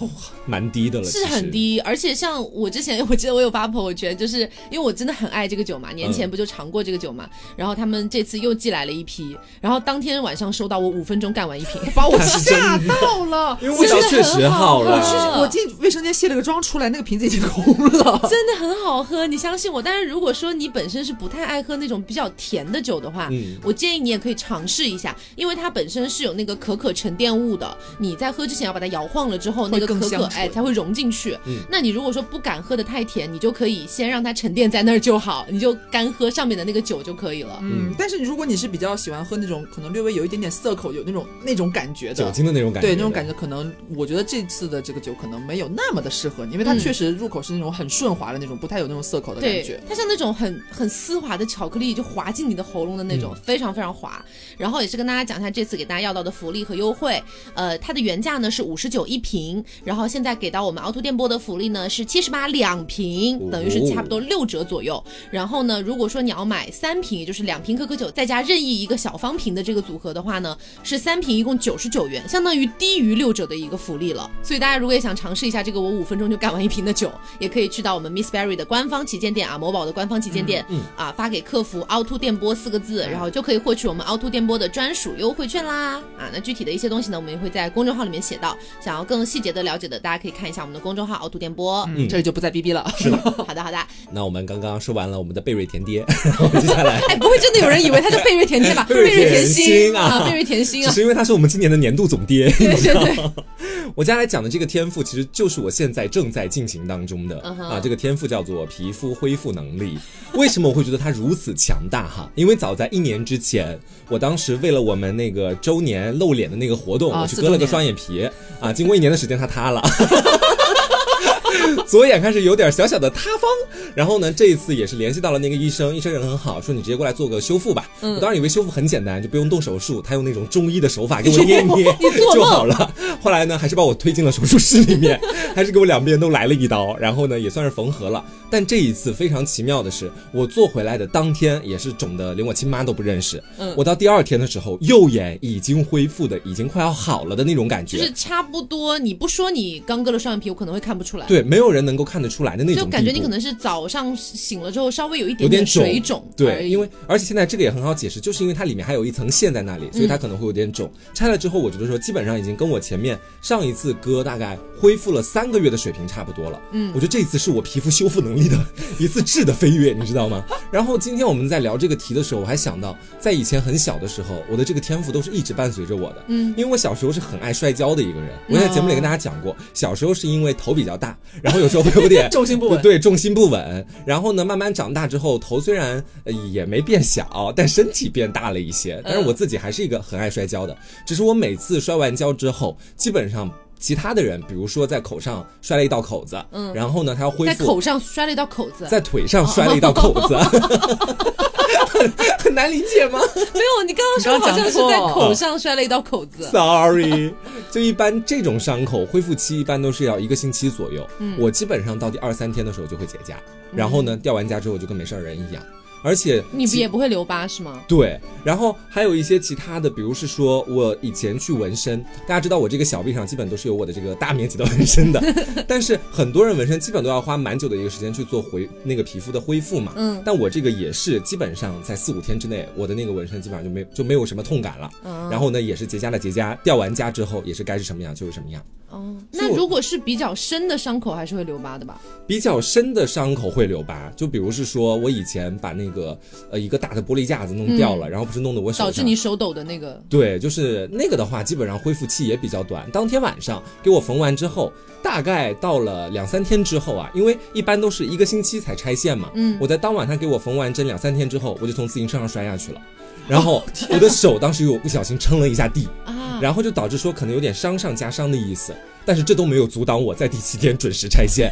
蛮低的了，是其实很。低，而且像我之前， 我记得我有发朋友圈，就是因为我真的很爱这个酒嘛，年嗯前不就尝过这个酒嘛，然后他们这次又寄来了一批，然后当天晚上收到，我五分钟干完一瓶，把我它是真吓到了。因为味道确实好真的了很好，喝我进卫生间卸了个妆出来，那个瓶子已经空了。真的很好喝，你相信我。但是如果说你本身是不太爱喝那种比较甜的酒的话，嗯我建议你也可以尝试一下，因为它本本身是有那个可可沉淀物的，你在喝之前要把它摇晃了之后，那个更可可香哎醇才会融进去。嗯那你如果说不敢喝的太甜，你就可以先让它沉淀在那儿就好，你就干喝上面的那个酒就可以了。嗯，但是如果你是比较喜欢喝那种可能略微有一点点涩口，有那种那种感觉酒的，精的那种感觉，对那种感觉，可能我觉得这次的这个酒可能没有那么的适合你，因为它确实入口是那种很顺滑的那种，不太有那种涩口的感对觉。，它像那种很很丝滑的巧克力，就滑进你的喉咙的那种，嗯非常非常滑。然后也是跟大家讲一下这次给大家要到的福利和优惠。呃，它的原价呢是五十九一瓶，然后现在给到我们凹凸电波的福利呢是七十八两哦瓶，等于是差不多六折左右。然后呢，如果说你要买三瓶，也就是两瓶可可酒再加任意一个小方瓶的这个组合的话呢，是三瓶一共九十九元，相当于低于六折的一个福利了。所以大家如果也想尝试一下这个我五分钟就干完一瓶的酒，也可以去到我们 Miss Berry 的官方旗舰店啊，某宝的官方旗舰店、嗯啊，发给客服“凹凸电波”四个字，然后就可以获取我们凹凸电波的专属优惠券啦。啊，那具体的一些东西呢，我们也会在公众号里面写到，想要更细节的了解的，大家可以看一下我们的公众号“凹凸电波”嗯，这里就不再逼逼了。好的，好的。那我们刚刚说完了我们的贝瑞甜爹，然后接下来哎，不会真的有人以为他是贝瑞甜 心吧？贝瑞贝瑞甜甜心啊啊，贝瑞甜心只啊，是因为他是我们今年的年度总爹。对对对，我接下来讲的这个天赋，其实就是我现在正在进行当中的、嗯哼啊。这个天赋叫做皮肤恢复能力。为什么我会觉得它如此强大哈？因为早在一年之前，我当时为了我们那个周年露脸的那个活动，哦啊我去四割了周个年双眼皮啊。经过一年的时间，它塌了。 左眼开始有点小小的塌方，然后呢，这一次也是联系到了那个医生，医生人很好，说你直接过来做个修复吧。嗯我当然以为修复很简单，就不用动手术，他用那种中医的手法给我 捏一捏就好了。后来呢，还是把我推进了手术室里面， 还是给我两边都来了一刀，然后呢，也算是缝合了。但这一次非常奇妙的是，我做回来的当天也是肿的，连我亲妈都不认识。嗯我到第二天的时候，右眼已经恢复的，已经快要好了的那种感觉。就是差不多。你不说你刚割了双眼皮，我可能会看不出来。对，没有人能够看得出来的那种就感觉地你步可能是早上醒了之后稍微有一点有点水肿而已，对，因为而且现在这个也很好解释，就是因为它里面还有一层线在那里，所嗯以它可能会有点肿。拆了之后，我觉得说基本上已经跟我前面上一次割大概恢复了三个月的水平差不多了。嗯，我觉得这一次是我皮肤修复能力的一次质的飞跃，你知道吗？然后今天我们在聊这个题的时候，我还想到，在以前很小的时候，我的这个天赋都是一直伴随着我的。嗯，因为我小时候是很爱摔跤的一个人，我在节哦目里跟大家讲过，小时候是因为头比较大，然后有时候会有点重心不稳哎对，重心不稳。然后呢，慢慢长大之后，头虽然呃也没变小，但身体变大了一些。但是我自己还是一个很爱摔跤的，只是我每次摔完跤之后，基本上。其他的人，比如说在口上摔了一道口子，嗯，然后呢，他要恢在复口上摔了一道口子。在腿上摔了一道口子， 很难理解吗 没有，你刚刚说你刚好刚像讲是错在口上摔了一道口子。 ？Sorry，就 一般这种伤口恢复期一般都是要一个星期左右。我基本上到第二三天的时候就会结痂，然后呢，掉完痂之后就跟没事儿人一样，而且你其也不会留疤是吗？对，然后还有一些其他的，比如是说我以前去纹身，大家知道我这个小臂上基本都是有我的这个大面积的纹身 的，但是很多人纹身基本都要花蛮久的一个时间去做回那个皮肤的恢复嘛。嗯但我这个也是基本上在四五天之内，我的那个纹身基本上就没就没有什么痛感了。啊然后呢，也是结痂了结痂，掉完痂之后也是该是什么样就是什么样。哦，所以那我如果是比较深的伤口，还是会留疤的吧？比较深的伤口会留疤，就比如是说我以前把那个呃一个大的玻璃架子弄掉了，然后不是弄得我手嗯上导致你手抖的那个。对，就是那个的话，基本上恢复期也比较短。当天晚上给我缝完之后，大概到了两三天之后啊，因为一般都是一个星期才拆线嘛。嗯，我在当晚他给我缝完针两三天之后，我就从自行车上摔下 去了，然后我的手当时有不小心撑了一下地，嗯啊，然后就导致说可能有点伤上加伤的意思，但是这都没有阻挡我在第七天准时拆 线。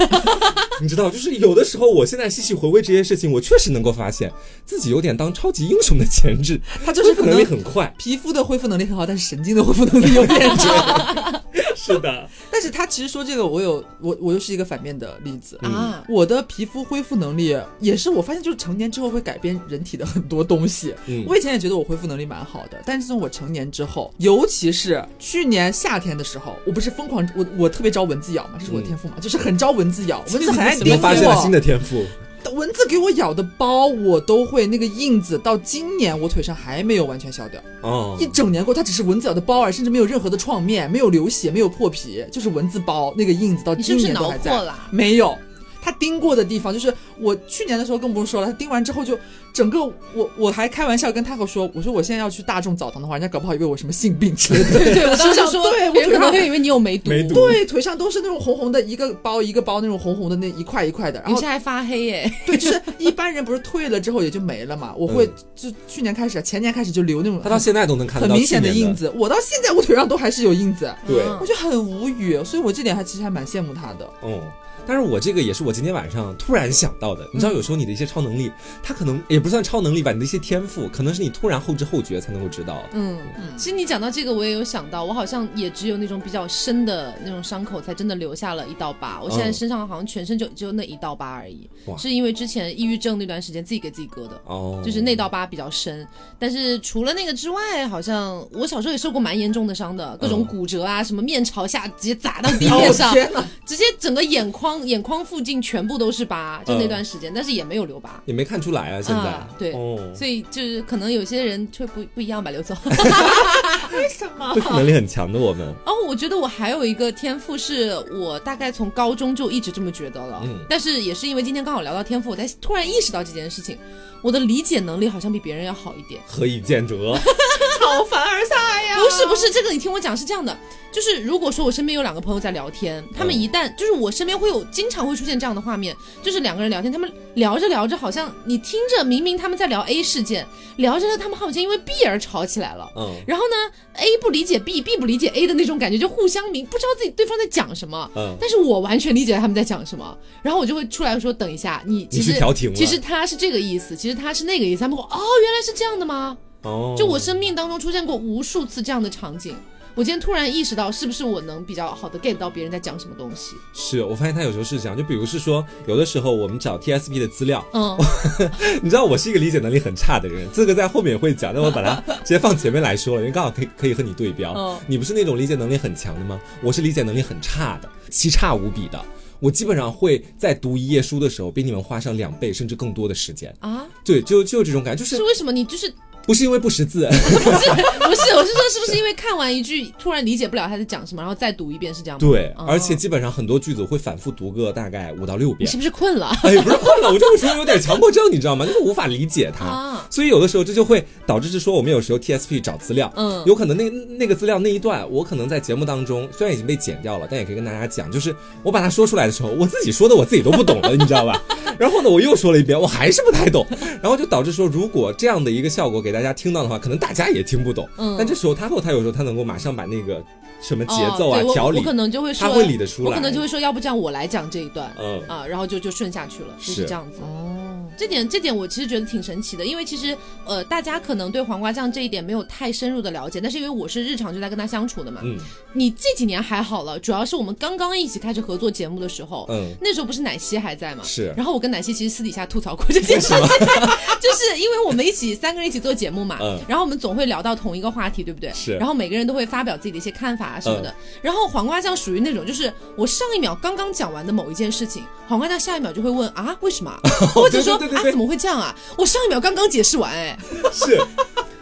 你知道，就是有的时候，我现在细细回味这些事情，我确实能够发现自己有点当超级英雄的潜质，他就是可能力能很快。皮肤的恢复能力很好，但是神经的恢复能力有点差。 是的，但 是他其实说这个，我有我我又是一个反面的例子。啊，我的皮肤恢复能力也是，我发现就是成年之后会改变人体的很多东西。嗯我以前也觉得我恢复能力蛮好的，但是自从我成年之后，尤其是去年夏天的时候，我不是疯狂我我特别招蚊子咬嘛，这是我的天赋嘛，就是很招蚊子咬，蚊子很爱哦怎么叮发现了新我，的天赋？蚊子给我咬的包我都会那个印子，到今年我腿上还没有完全消掉。哦一，整年过，它只是蚊子咬的包而已，甚至没有任何的创面，没有流血，没有破皮，就是蚊子包那个印子到你是今不是年都挠还破在。了？ 没有，他盯过的地方，就是我去年的时候更不用说了，他盯完之后就整个我我还开玩笑跟他和说，我说我现在要去大众澡堂的话，人家搞不好以为我什么性病之类的。 对对，我当时身上说， 对我人可腿能上会以为你有梅毒，梅毒对，腿上都是那种红红的，一个包一个包那种红红的那一块一块的，然有后些还发黑耶。对，就是一般人不是退了之后也就没了嘛，我会就去年开始，前年开始就留那种他到现在都能看得很到明显去的年的印。子，我到现在我腿上都还是有印子，对，嗯我就很无语，所以我这点还其实还蛮羡慕他的。嗯，但是我这个也是我今天晚上突然想到的。你知道，有时候你的一些超能力，它可能也不算超能力吧，你的一些天赋，可能是你突然后知后觉才能够知道。嗯，其实你讲到这个，我也有想到，我好像也只有那种比较深的那种伤口，才真的留下了一道疤。我现在嗯身上好像全身就只有那一道疤而已哇，是因为之前抑郁症那段时间自己给自己割的。哦，就是那道疤比较深，但是除了那个之外，好像我小时候也受过蛮严重的伤的，各种嗯骨折啊，什么面朝下直接砸到地 哦面上，天哪！直接整个眼眶眼眶附近全部都是疤，就那段时间，但是也没有留疤。也没看出来啊，现在。啊对哦，所以就是可能有些人会不不一样吧，刘总。 恢复能力很强的我们，然后哦我觉得我还有一个天赋，是我大概从高中就一直这么觉得了。嗯但是也是因为今天刚好聊到天赋，我才突然意识到这件事情，我的理解能力好像比别人要好一点。何以见得？好凡尔赛呀！不是不是，这个你听我讲是这样的，就是如果说我身边有两个朋友在聊天，他们一旦就是我身边会有经常会出现这样的画面，就是两个人聊天，他们聊着聊着，好像你听着明明他们在聊 A 事件，聊着聊他们好像因为 B 而吵起来了。嗯然后呢，A 不理解 B，B 不理解 A 的那种感觉，就互相明不知道自己对方在讲什么。嗯，但是我完全理解他们在讲什么，然后我就会出来说等一下，你其你去实调停了其实他是这个意思，其实他是那个意思，他们会哦原来是这样的吗？哦，就我生命当中出现过无数次这样的场景。我今天突然意识到，是不是我能比较好的 get 到别人在讲什么东西？是我发现他有时候是这样，就比如是说，有的时候我们找 TSP 的资料，嗯，你知道我是一个理解能力很差 的人，这个在后面也会讲，但我把它直接放前面来说了，因为刚好可以可以和你对标。哦你不是那种理解能力很强的吗？我是理解能力很差的，奇差无比的。我基本上会在读一页书的时候，比你们花上两倍甚至更多的时间。啊，对，就就这种感觉，就是是为什么你就是不是因为不识 字，不是不是？我是说，是不是因为看完一句突然理解不了他在讲什么，然后再读一遍是这样吗？对，哦而且基本上很多句子我会反复读个大概五到六你遍是。不是困了？ 哎，不是困了，我这个时候有点强迫症，你知道吗？就是无法理解它，啊所以有的时候这就会导致是说，我们有时候 TSP 找资料，嗯有可能那那个资料那一段，我可能在节目当中虽然已经被剪掉了，但也可以跟大家讲，就是我把它说出来的时候，我自己说的我自己都不懂了，你知道吧？ 然后呢，我又说了一遍，我还是不太懂，然后就导致说，如果这样的一个效果给大家听到的话，可能大家也听不懂。嗯但这时候他后他有时候他能够马上把那个什么节奏哦啊、对我条我理，可能就会说，他会理得出来。我可能就会说，要不这样，我来讲这一段。嗯啊，然后就就顺下去了，就是是这样子。哦，这点这点我其实觉得挺神奇的，因为其实呃，大家可能对黄瓜酱这一点没有太深入的了解，但是因为我是日常就在跟他相处的嘛。嗯你这几年还好了，主要是我们刚刚一起开始合作节目的时候，嗯，那时候不是奶昔还在嘛？ 是然后我跟奶昔其实私底下吐槽过这件事情， 就是因为我们一起三个人一起做节目嘛，嗯然后我们总会聊到同一个话题，对不对？是嗯然后每个人都会发表自己的一些看法啊什么的。然后黄瓜酱属于那种，就是我上一秒刚刚讲完的某一件事情，黄瓜酱下一秒就会问啊为 什么啊，或者说哦对对对对对啊怎么会这样啊？我上一秒刚刚解释完， 哎，是。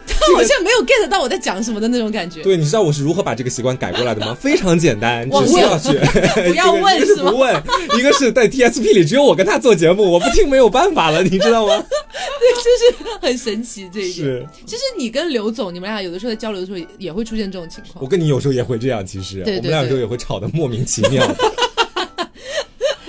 他好像没有 get 到我在讲什么的那种感觉。对，你知道我是如何把这个习惯改过来的吗？非常简单，忘只需要去 不要问一个一个是是吗不问，一个是在 TSP 里只有我跟他做节目，我不听没有办法了，你知道 吗？就是很神奇这一点。是其实你跟刘总，你们俩有的时候在交流的时候也也会出现这种情况我。跟你有时候也会这样，其实对对我们俩有时候对也会吵得莫名其妙。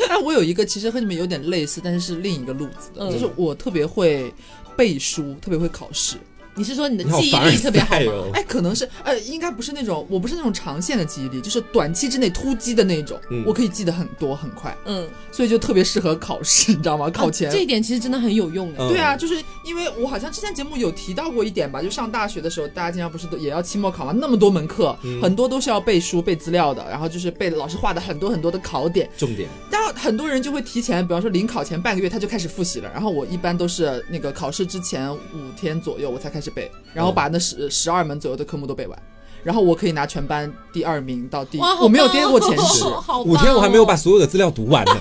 但我有一个其实和你们有点类似，但是是另一个路子的，嗯就是我特别会背书，特别会考试。你是说你的你好记忆凡尔力特别好赛吗？哦，哎，可能是，呃，应该不是那种，我不是那种长线的记忆力，就是短期之内突击的那种，嗯我可以记得很多很快，嗯，所以就特别适合考试，你知道吗？考前、啊这一点其实真的很有用哎。嗯对啊，就是因为我好像之前节目有提到过一点吧，就上大学的时候，大家经常不是都也要期末考嘛，那么多门课，嗯很多都是要背书、背资料的，然后就是背老师画的很多很多的考点，重点然后很多人就会提前，比方说临考前半个月他就开始复习了，然后我一般都是那个考试之前五天左右我才开始背，然后把那嗯十十二门左右的科目都背完。然后我可以拿全班第二名到第，哇，好我没有棒颠哦过前十，好棒哦五天我还没有把所有的资料读完呢，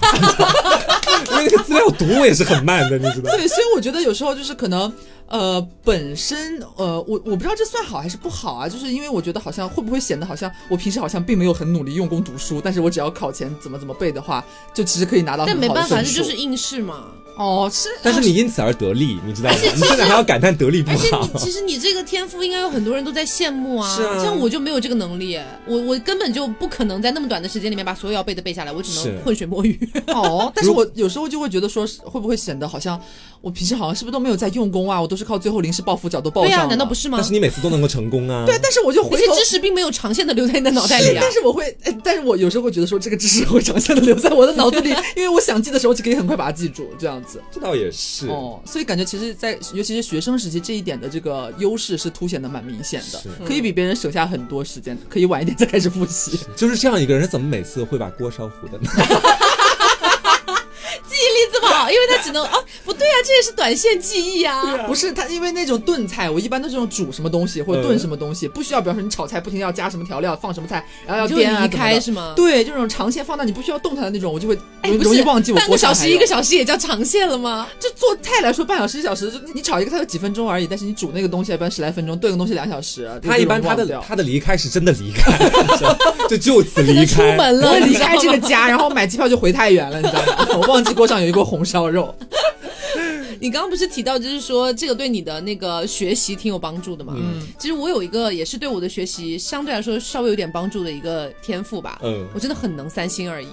因为那个资料读我也是很慢的，你知道。对，所以我觉得有时候就是可能，呃，本身呃，我我不知道这算好还是不好啊，就是因为我觉得好像会不会显得好像我平时好像并没有很努力用功读书，但是我只要考前怎么怎么背的话，就其实可以拿到但很没好的办法，分这数。就是应试 嘛。哦，是，但是你因此而得利，你知道吗？你现在还要感叹得利不而且好你，其实你这个天赋应该有很多人都在羡慕啊，是啊像我就没有这个能力，我我根本就不可能在那么短的时间里面把所有要背的背下来，我只是能浑水摸鱼。哦，但是我有时候就会觉得说，是会不会显得好像我平时好像是不是都没有在用功啊？我都是靠最后临时抱佛脚都抱对上呀、了。难道不是吗但？是你每次都能够成功啊。对但是我就回这些头知识并没有长线的留在你的脑袋里啊 但。是我会，哎但是我有时候会觉得说，这个知识会长线的留在我的脑子 里，因为我想记的时候就可以很快把它记住，这样子。这倒也是。哦，所以感觉其实在，尤其是学生时期这一点的这个优势是凸显的蛮明显是的，可以比别人省下很多时间，可以晚一点再开始复习。就是这样一个人，他怎么每次会把锅烧糊的 呢？记忆力这么好，因为他只能哦，不对啊，这也是短线记忆啊。不是他，因为那种炖菜，我一般都是用煮什么东西或者炖嗯什么东西，不需要，比方说你炒菜不停地要加什么调料，放什么菜，然后要你就颠啊离怎么开的是吗对，这种长线放到你不需要动它的那种，我就会哎容不容易是忘记我半锅个上小还时、有一个小时也叫长线了吗？这做菜来说，半小时一小时，就你炒一个它有几分钟而已，但是你煮那个东西一般十来分钟，炖个东西两小时，他一般就他容易的忘掉他的离开是真的离开， 就就此离能出开。门我了，会你离知道开这个吗。家，然后买机票就回太原了，你知道吗？我忘记锅上有一锅红烧肉，你刚刚不是提到，就是说这个对你的那个学习挺有帮助的吗？嗯，其实我有一个也是对我的学习相对来说稍微有点帮助的一个天赋吧。嗯我真的很能三心二意。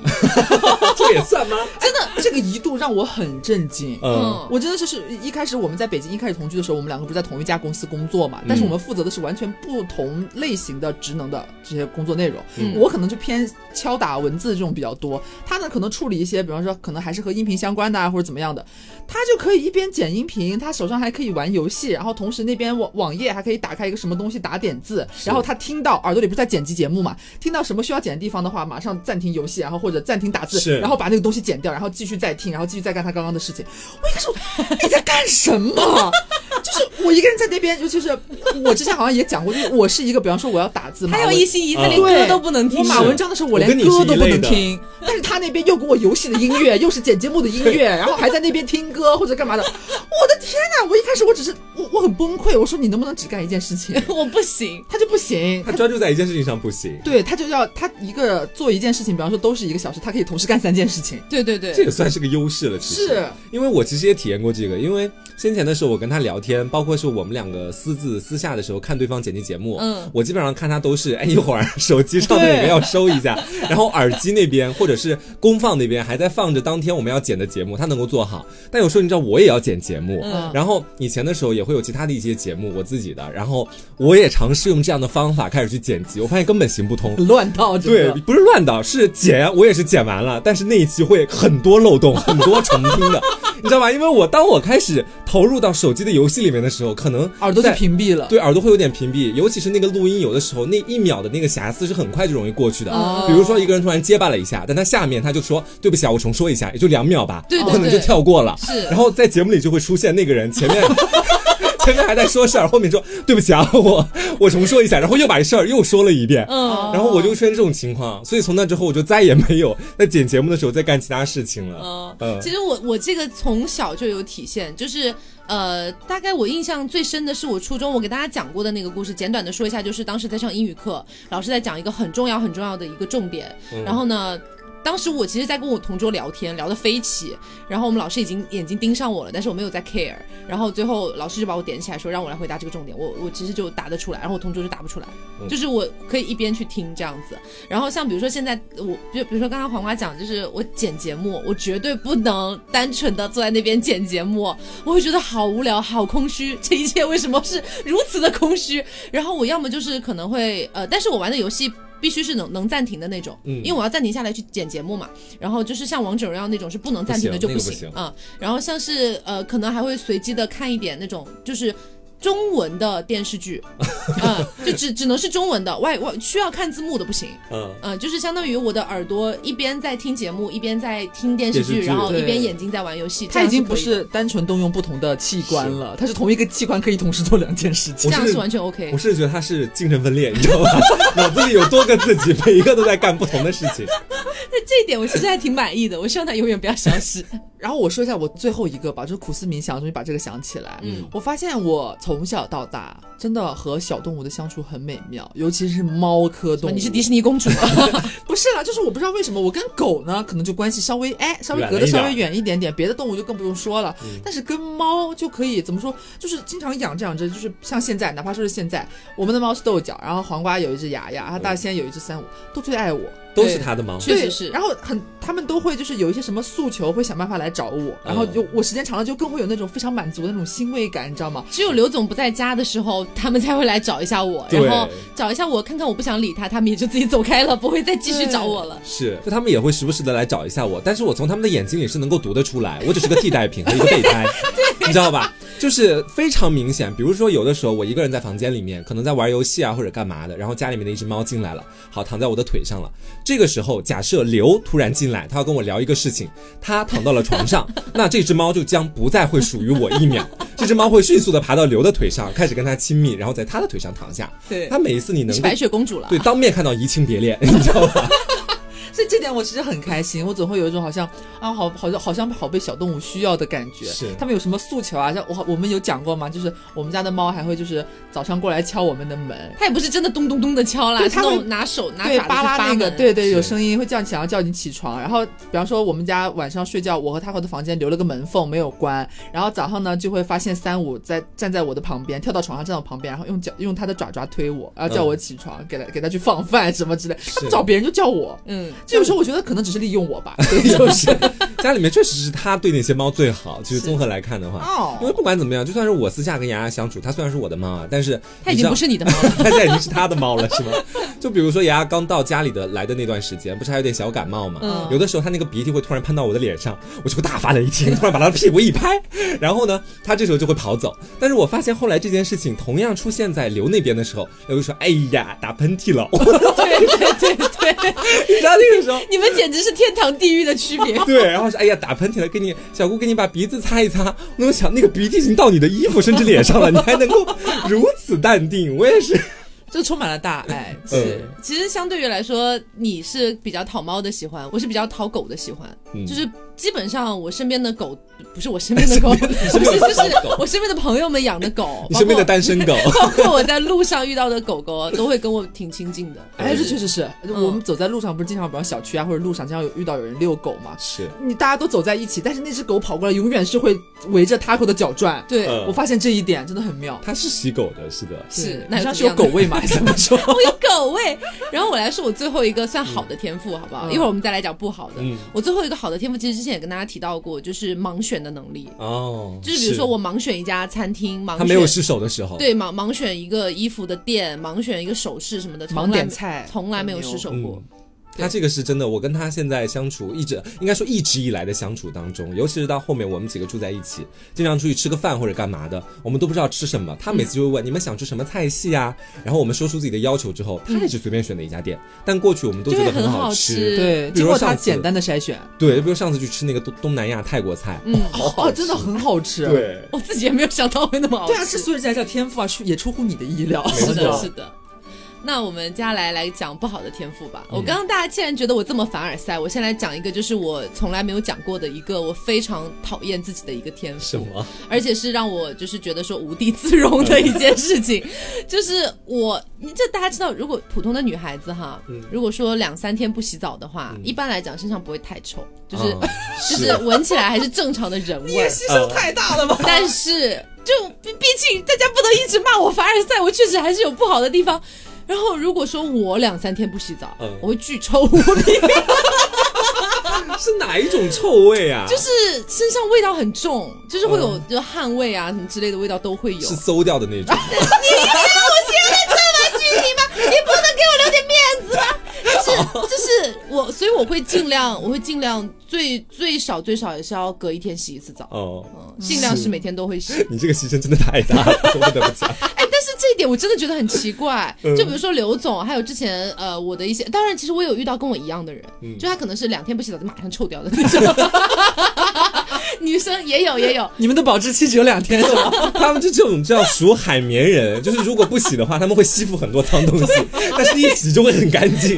这也算吗？ 真的，这个一度让我很震惊。嗯，我真的就是一开始我们在北京一开始同居的时候，我们两个不是在同一家公司工作嘛？但是我们负责的是完全不同类型的职能的这些工作内容。嗯我可能就偏敲打文字这种比较多，他呢可能处理一些，比方说可能还是和音频相关的啊，或者怎么样的，他就可以一边剪音频，他手上还可以玩游戏，然后同时那边网网页还可以打开一个什么东西打点字，然后他听到耳朵里不是在剪辑节目嘛，听到什么需要剪的地方的话，马上暂停游戏，然后或者暂停打字，是然后把那个东西剪掉，然后继续再听，然后继续再干他刚刚的事情。我一开始我你在干什么？ 就是我一个人在那边，尤其是我之前好像也讲过，就是我是一个，比方说我要打字，他码有文一心一意，他嗯连对歌都不能听。我马是文章的时候，我连跟你歌是都一不类能的听，但是他那边又给我游戏的音乐，又是剪节目的音乐，然后还在那边听歌或者干嘛的。我的天呐！我一开始我只是我我很崩溃，我说你能不能只干一件事情？ 我不行，他就不行，他专注在一件事情上不行，对他就要他一个做一件事情，比方说都是一个小时，他可以同时干三件事情。对对对，这也算是个优势了。其实是，因为我其实也体验过这个，因为先前的时候我跟他聊天，包括是我们两个私自私下的时候看对方剪辑节目，嗯我基本上看他都是，哎，一会儿手机上那个要收一下，然后耳机那边或者是公放那边还在放着当天我们要剪的节目，他能够做好。但有时候你知道我也要剪节目，嗯然后以前的时候也会有其他的一些节目，我自己的，然后我也尝试用这样的方法开始去剪辑，我发现根本行不通。很嗯乱套，真对的，不是乱导，是剪，我也是剪完了，但是那一期会很多漏 洞，很多重听的，你知道吧？因为我当我开始投入到手机的游戏里面的时候，可能耳朵就在屏蔽了。对，耳朵会有点屏蔽，尤其是那个录音，有的时候那一秒的那个瑕疵是很快就容易过去的。哦比如说一个人突然结巴了一下，但他下面他就说对不起啊，我重说一下，也就两秒吧，对对我可能就对跳过了。是然后在节目里就会出现那个人前 面。前面还在说事儿，后面说对不起啊，我我重说一下，然后又把事儿又说了一遍，嗯然后我就出现这种情况，所以从那之后我就再也没有在剪节目的时候再干其他事情了。嗯嗯其实我我这个从小就有体现，就是呃，大概我印象最深的是我初中我给大家讲过的那个故事，简短的说一下，就是当时在上英语课，老师在讲一个很重要很重要的一个重点，嗯然后呢。当时我其实，在跟我同桌聊天，聊得飞起，然后我们老师已经眼睛盯上我了，但是我没有在 care，然后最后老师就把我点起来说让我来回答这个重点，我我其实就答得出来，然后我同桌就答不出来，就是我可以一边去听这样子，然后像比如说现在我就比如说刚刚黄瓜讲，就是我剪节目，我绝对不能单纯的坐在那边剪节目，我会觉得好无聊、好空虚，这一切为什么是如此的空虚？然后我要么就是可能会呃，但是我玩的游戏。必须是能能暂停的那种，嗯因为我要暂停下来去剪节目嘛。然后就是像王者荣耀那种是不能暂停的不就行那个不行行啊、然后像是呃，可能还会随机的看一点那种就是中文的电视剧，嗯，就只只能是中文的，外外需要看字幕的不行。嗯，嗯，就是相当于我的耳朵一边在听节目，一边在听电视电视剧，剧然后一对边眼睛在玩游戏。他已经不这样是单纯动用不同的器官了，他是同一个器官可以同时做两件事可以的我情 这。样是是完全 OK 我。是觉得他是精神分裂，你知道吗？ 脑子里有多个自己，每一个都在干不同的事情。那这一点我其实还挺满意的，我希望他永远不要消失。然后我说一下我最后一个吧，就是苦思冥想，终于把这个想起来。嗯我发现我从小到大真的和小动物的相处很美妙，尤其是猫科动物。哦你是迪士尼公主，啊不是啦，就是我不知道为什么我跟狗呢，可能就关系稍微哎稍微远隔了得一稍点微儿远一点点，别的动物就更不用说了。嗯但是跟猫就可以怎么说，就是经常养着养着，就是像现在，哪怕说是现在，我们的猫是豆角，然后黄瓜有一只牙牙，然后大仙有一只三五，都最爱我，都是他的猫，确实对是然后很，他们都会就是有一些什么诉求，会想办法来找我，然后就我时间长了就更会有那种非常满足的那种欣慰感，你知道吗？只有刘总不在家的时候，他们才会来找一下我，对然后找一下我，看看我不想理他，他们也就自己走开了，不会再继续找我了。是，就他们也会时不时的来找一下我，但是我从他们的眼睛里是能够读得出来，我 只是个替代品和一个备胎，你知道吧？就是非常明显，比如说有的时候我一个人在房间里面，可能在玩游戏啊或者干嘛的，然后家里面的一只猫进来了，好躺在我的腿上了。这个时候，假设刘突然进来，他要跟我聊一个事情，他躺到了床上，那这只猫就将不再会属于我一秒，这只猫会迅速的爬到刘的腿上，开始跟他亲密，然后在他的腿上躺下。对他每一次你你能是够白雪公主了啊，对当面看到移情别恋，你知道吧？所以这点我其实很开心，我总会有一种好像啊，好好像好像好被小动物需要的感觉。是他们有什么诉求啊？像我我们有讲过吗？就是我们家的猫还会就是早上过来敲我们的门，他也不是真的咚咚咚的敲啦，对是他那会种拿手拿对，爪子扒去拉那个，门对对，有是声音会叫你，想要叫你起床。然后，比方说我们家晚上睡觉，我和他和的房间留了个门缝没有关，然后早上呢就会发现三五在站在我的旁边，跳到床上站到我旁边，然后用脚用他的爪爪推我，然嗯后叫我起床，给他给他去放饭什么之类。他不找别人就叫我，嗯，这有时候我觉得可能只是利用我吧， 对就是。家里面确实是他对那些猫最好，其实综合来看的话。因为 哦，不管怎么样，就算是我私下跟牙牙相处，它虽然是我的猫啊，但是他已经不是， 是你的猫了。它现在已经是他的猫了，是吗？就比如说牙牙刚到家里的来的那段时间，不是还有点小感冒嘛？嗯有的时候它那个鼻涕会突然喷到我的脸上，我就会大发雷霆，突然把它的屁股一拍，然后呢，它这时候就会跑走。但是我发现后来这件事情同样出现在刘那边的时候，刘就说：“哎呀，打喷嚏了。”对对对对，你知道那个时候。你们简直是天堂地狱的区别。 对，然后说，哎呀，打喷嚏了，给你小姑给你把鼻子擦一擦。我就想，那个鼻涕已经到你的衣服甚至脸上了，你还能 够如此淡定，我也是。这充满了大爱，是。嗯其实相对于来说，你是比较讨猫的喜欢，我是比较讨狗的喜欢，嗯就是基本上我身边的狗不是我身边的 狗，不身边是有就是我身边的朋友们养的狗， 你身边包括的单身 狗，包括我在路上遇到的狗狗都会跟我挺亲近的。哎，这就确实是、我们走在路上，不是经常，比方小区啊，或者路上经常有遇到有人遛狗嘛，是你大家都走在一起，但是那只狗跑过来，永远是会围着 Taco 的脚转。对，嗯我发现这一点真的很妙。它是洗狗的， 嗯是的，是那脸又怎么上是有样狗呢味吗？还是怎 么说？ 我有狗味。然后我来说，我最后一个算好的天赋，好不好？嗯一会儿我们再来讲不好的。嗯我最后一个好的天赋，其实之前也跟大家提到过，就是盲选的能力。哦，就是比如说我盲选一家餐厅，盲他选没有失手的时候，，对盲盲选一个衣服的店，盲选一个首饰什么的，从来盲点菜从来没有失手过嗯。。他这个是真的，我跟他现在相处一直应该说一直以来的相处当中，尤其是到后面我们几个住在一起，经常出去吃个饭或者干嘛的，我们都不知道吃什么。他每次就会问、你们想吃什么菜系啊，嗯然后我们说出自己的要求之后，他也是随便选的一家店，但过去我们都觉得对很好好吃对，比经如过上它次简单的筛选，对，比如上次去吃那个东东南亚泰国菜，嗯，好好哦，吃真的很好吃。，对。 我自己也没有想到会那么好吃。对啊，之所以这才叫天赋啊，出也出乎你的意料。没是的，错是的。那我们接下来来讲不好的天赋吧。我刚刚大家既然觉得我这么凡尔赛，我先来讲一个，就是我从来没有讲过的一个我非常讨厌自己的一个天赋，什么？而且是让我就是觉得说无地自容的一件事情， 就是我，你这大家知道，如果普通的女孩子哈，嗯如果说两三天不洗澡的话，一般来讲身上不会太臭，就是、啊 就是闻起来还是正常的人味儿。 牺牲太大了吧？但是就毕毕竟大家不能一直骂我凡尔赛，我确实还是有不好的地方。然后如果说我两三天不洗澡，嗯我会巨臭无比，是哪一种臭味啊？就是身上味道很重，就是会有就汗味啊什么之类的味道都会有是。馊掉的那种。你不能给我留点面子吗？就是就是我，所以我会尽量，我会尽量最最少最少也是要隔一天洗一次澡，哦，嗯，尽量是每天都会洗。你这个牺牲真的太大了，我不得不讲。哎，但是这一点我真的觉得很奇怪。就比如说刘总，还有之前呃我的一些，当然其实我有遇到跟我一样的人，就他可能是两天不洗澡就马上臭掉的那种， 女生也有也有。你们的保质期只有两天是吗？ 他们就这种叫数海绵人，就是如 果不洗的话，他们会吸附很多脏东西，但是一洗就会很干净。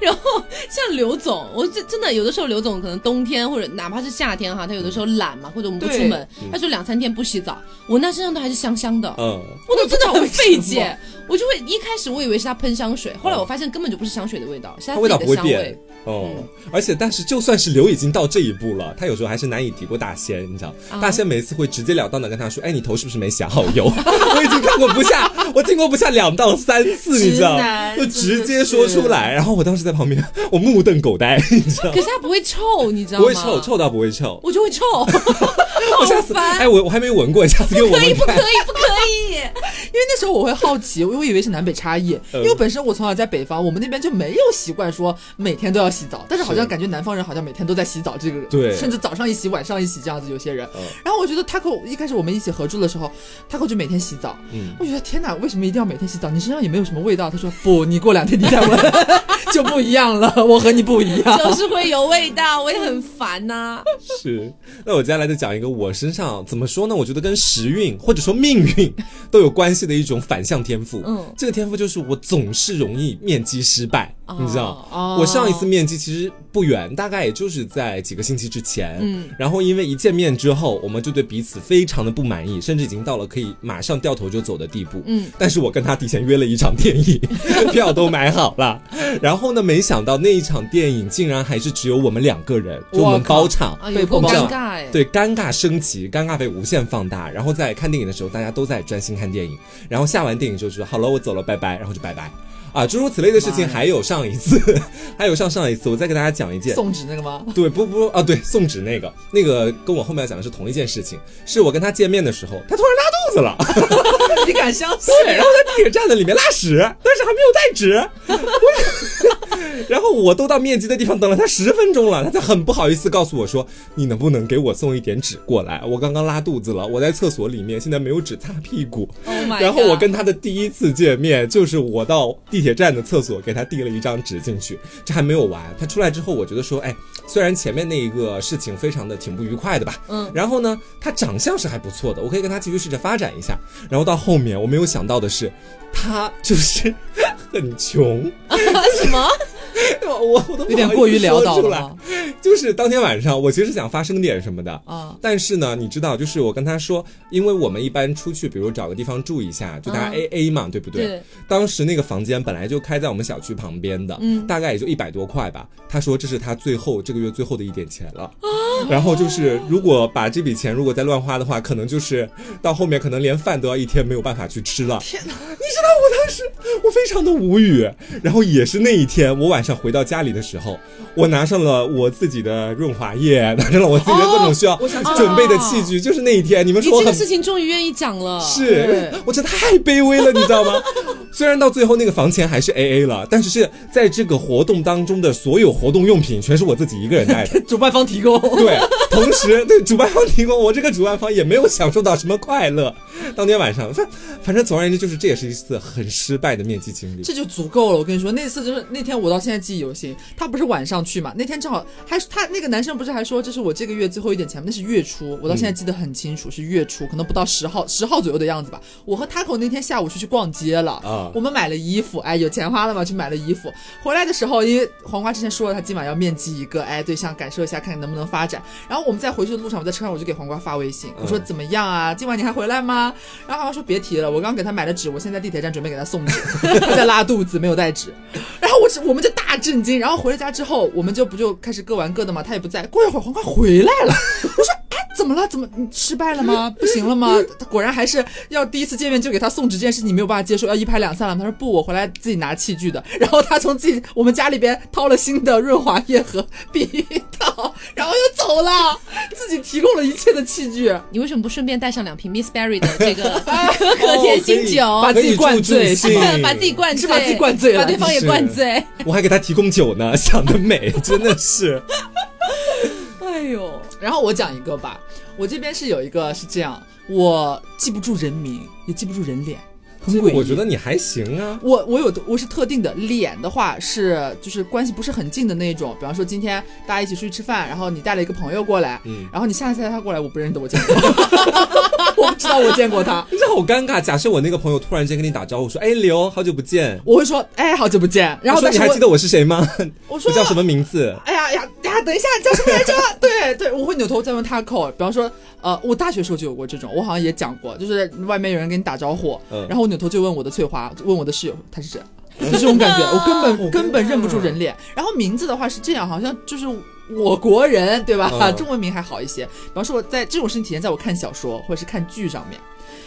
然后像刘总，我真真的有的时候刘总可能冬天或者哪怕是夏天哈，他有的时候懒嘛，或者我们不出门，他就两三天不洗澡，闻到身上都还是香香的，嗯，我都真的很费我也不知道为解。我就会一开始我以为是他喷香水，后来我发现根本就不是香水的味道，是他它自味己道不的会香变味。嗯哦，而且但是就算是刘已经到这一步了，他有时候还是难以敌过大仙，你知道，啊大仙每一次会直截了当的跟他说，哎，你头是不是没洗好 油？我已经看过不下，我听过不下两到三次，你知道直男，就真的直接说出来，然后我当时在旁边，我目瞪口呆，你知道可。是他不会臭，你知道不吗？会臭，，臭到不会臭。我就会 臭，我好下次，烦。哎，我我还没闻过，下次给我闻可以闻不可看。以？不可以。因为那时候我会好奇，我以为是南北差异，嗯因为本身我从小在北方，我们那边就没有习惯说每天都要洗澡，但是好像是感觉南方人好像每天都在洗澡，这个对 甚至早上一洗，晚上一洗这样子，有些人。嗯然后我觉得 Taco 一开始我们一起合住的时候，Taco 就每天洗澡，嗯，我觉得天哪，为什么一定要每天洗澡？你身上也没有什么味道。他说不，你过两天你再闻 就不一样了，我和你不一样。就是 会有味道，我也很烦呐、 是。那我接下来就讲一个我身上怎么说呢？我觉得跟时运或者说命运 都有关系的一种反向天赋。嗯这个天赋就是我总是容易面基失败，你知道。哦我上一次面基其实不远，大概也就是在几个星期之前。嗯，然后因为一见面之后，我们就对彼此非常的不满意，甚至已经到了可以马上掉头就走的地步。嗯，但是我跟他提前约了一场电 影，票都买好了。然后呢，没想到那一场电影竟然还是只有我们两个人，就我我们靠包场。啊，被有够迫尴爆尬哎。对， 尴尬升级，尴尬被无限放大。然后在看电影的时候，大家都在专心看电影，然后下完电影之后就说好了，我走了，拜拜，然后就拜拜。啊，诸如此类的事情还有上一次， 还有上上一次，我再给大家讲一件。送纸那个吗？对，不不啊，对，送纸那个，那个跟我后面要讲的是同一件事情，是我跟他见面的时候，他突然拉肚子了。你敢相信？对，然后在地铁站的里面拉屎，但是还没有带纸，我 然后我都到面基的地方等了他十分钟了，他才很不好意思告诉我说，你能不能给我送一点纸过来？我刚刚拉肚子了，我在厕所里面，现在没有纸擦屁股。 Oh my god！ 然后我跟他的第一次见面，就是我到地铁站的厕所给他递了一张纸进去，这还没有完。他出来之后，我觉得说，哎，虽然前面那一个事情非常的挺不愉快的吧，嗯，然后呢，他长相是还不错的，我可以跟他继续试着发展一下。然后到后面，我没有想到的是，他就是 很穷， 什么？我我 我都不好意思有点过于潦倒说出了来。吗？就是当天晚上，我其实想发生点什么的，啊，但是呢，你知道，就是我跟他说，因为我们一般出去，比如找个地方住一下，就大家嗯 A A 嘛，对不啊对？对当时那个房间本来就开在我们小区旁边的，嗯大概也就一百多块吧。他说这是他最后这个月最后的一点钱了。然后就是，如果把这笔钱如果再乱花的话，可能就是到后面可能连饭都要一天没有办法去吃了。天哪！你知道我当时我非常的无语。然后也是那一天，我晚上回到家里的时候，我拿上了我自己的润滑液，拿上了我自己的各种需要我想起来准备的器具，就是那一天，你们你说我这个很事情终于愿意讲了，是对，我觉得太卑微了，你知道 吗？虽然到最后那个房钱还是 A A 了，但是是在这个活动当中的所有活动用品全是我自己一个人 带的。主办方提供。对，同时对主办方提供，我这个主办方也没有享受到什么快乐。当天晚上，反反正总而言之，就是这也是一次很失败的面基经历。这就足够了。我跟你说，那次就是那天我到现在记忆犹新。他不是晚上去嘛？那天正好还他那个男生不是还说这是我这个月最后一点钱吗？那是月初，我到现在记得很清楚，是月初，可能不到十号十号左右的样子吧。我和 Taco 那天下午是去逛街了，啊我们买了衣服，哎，有钱花了嘛，去买了衣服。回来的时候，因为黄瓜之前说了他今晚要面基一个，哎，对象感受一下，看看能不能发展。然后我们在回去的路上，我在车上我就给黄瓜发微信，我说嗯怎么样啊？今晚你还回来吗？然后黄瓜说别提了，我刚给他买了纸，我现在在地铁站准备给他送纸，他在拉肚子没有带纸。然后我只我们就大震惊，然后回了家之后，我们就不就开始各玩各的嘛，他也不在。过一会儿黄瓜回来了，我说哎怎么了？怎么你失败了吗？不行了吗？他果然还是要第一次见面就给他送纸这件事，你没有办法接受，要一拍两散了。他说不，我回来自己拿器具的。 然后他从自己我们家里边掏了新的润滑液和避孕套， 然后又走了，自己提供了一切的器具。哎你为什么不顺便带上两瓶 Miss Berry 的这 个哦可可甜心酒，哦把可以自己灌醉可以助助 兴把自己灌是醉，把自己灌醉了把对方也灌醉？我还给他提供酒呢，想得美，真的是。哎呦，然后我讲一个吧，我这边是有一个是这样，我记不住人名，也记不住人脸。很这 诡个异。我觉得你还行啊，我我有我是特定的，脸的话是就是关系不是很近的那种，比方说今天大家一起出去吃饭，然后你带了一个朋友过来，嗯然后你下次带他过来，我不认得我见过， 我不知道我见过他，这好尴尬。假设我那个朋友突然间跟你打招呼说：“哎，刘，好久不见。我会说哎好久不见，”然后他说但你是还记我得我是谁吗？我我说叫什么名字？哎呀呀呀！等一下，你叫什么来着？ 对对，我会扭头再问他扣。比方说，呃，我大学时候就有过这种，我好像也讲过，就是外面有人跟你打招呼，嗯然后我扭头就问我的翠花，问我的室友，她是谁？ 就这种感觉，我根本根本认不出人脸。然后名字的话是这样，好像就是我国人对吧？嗯 中文名还好一些。比方说，我在这种事情体现在我看小说或者是看剧上面，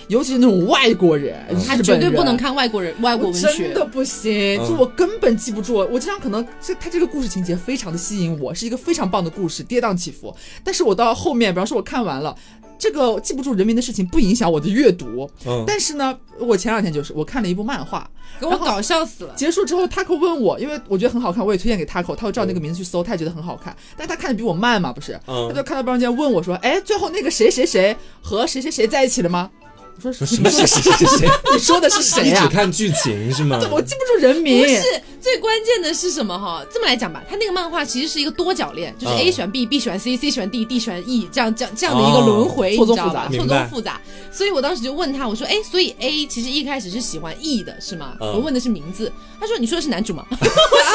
尤其是那种外国人，嗯他日本绝对不人能看外国人外国我文真学的。不行，嗯就我根本记不住。我经常可能这他这个故事情节非常的吸引我，是一个非常棒的故事，跌宕起伏。但是我到后面，比方说我看完了。这个记不住人名的事情不影响我的阅读，嗯，但是呢，我前两天就是我看了一部漫画，给我搞笑死了！结束之后，Taco 问我，因为我觉得很好看，我也推荐给 Taco，他会照那个名字去搜，他也觉得很好看，但他看的比我慢嘛，不是？嗯他就看到中间问我说，哎，最后那个谁谁谁和谁谁谁在一起了吗？我说什么？谁谁谁 谁？你说的是谁 你呀、只看啊剧情是吗？我记不住人名，不是最关键的是什么哈？这么来讲吧，他那个漫画其实是一个多角恋，就是嗯 A 选 B，B 选 C，C 选 D，D 选 E，这样这样这样的一个轮回，哦你知道吧？错错综复杂明白综复杂。所以我当时就问他，我说：“哎，所以 A 其实一开始是喜欢 E 的是吗？”嗯我问的是名字，他说：“你说的是男 主吗？”我说：“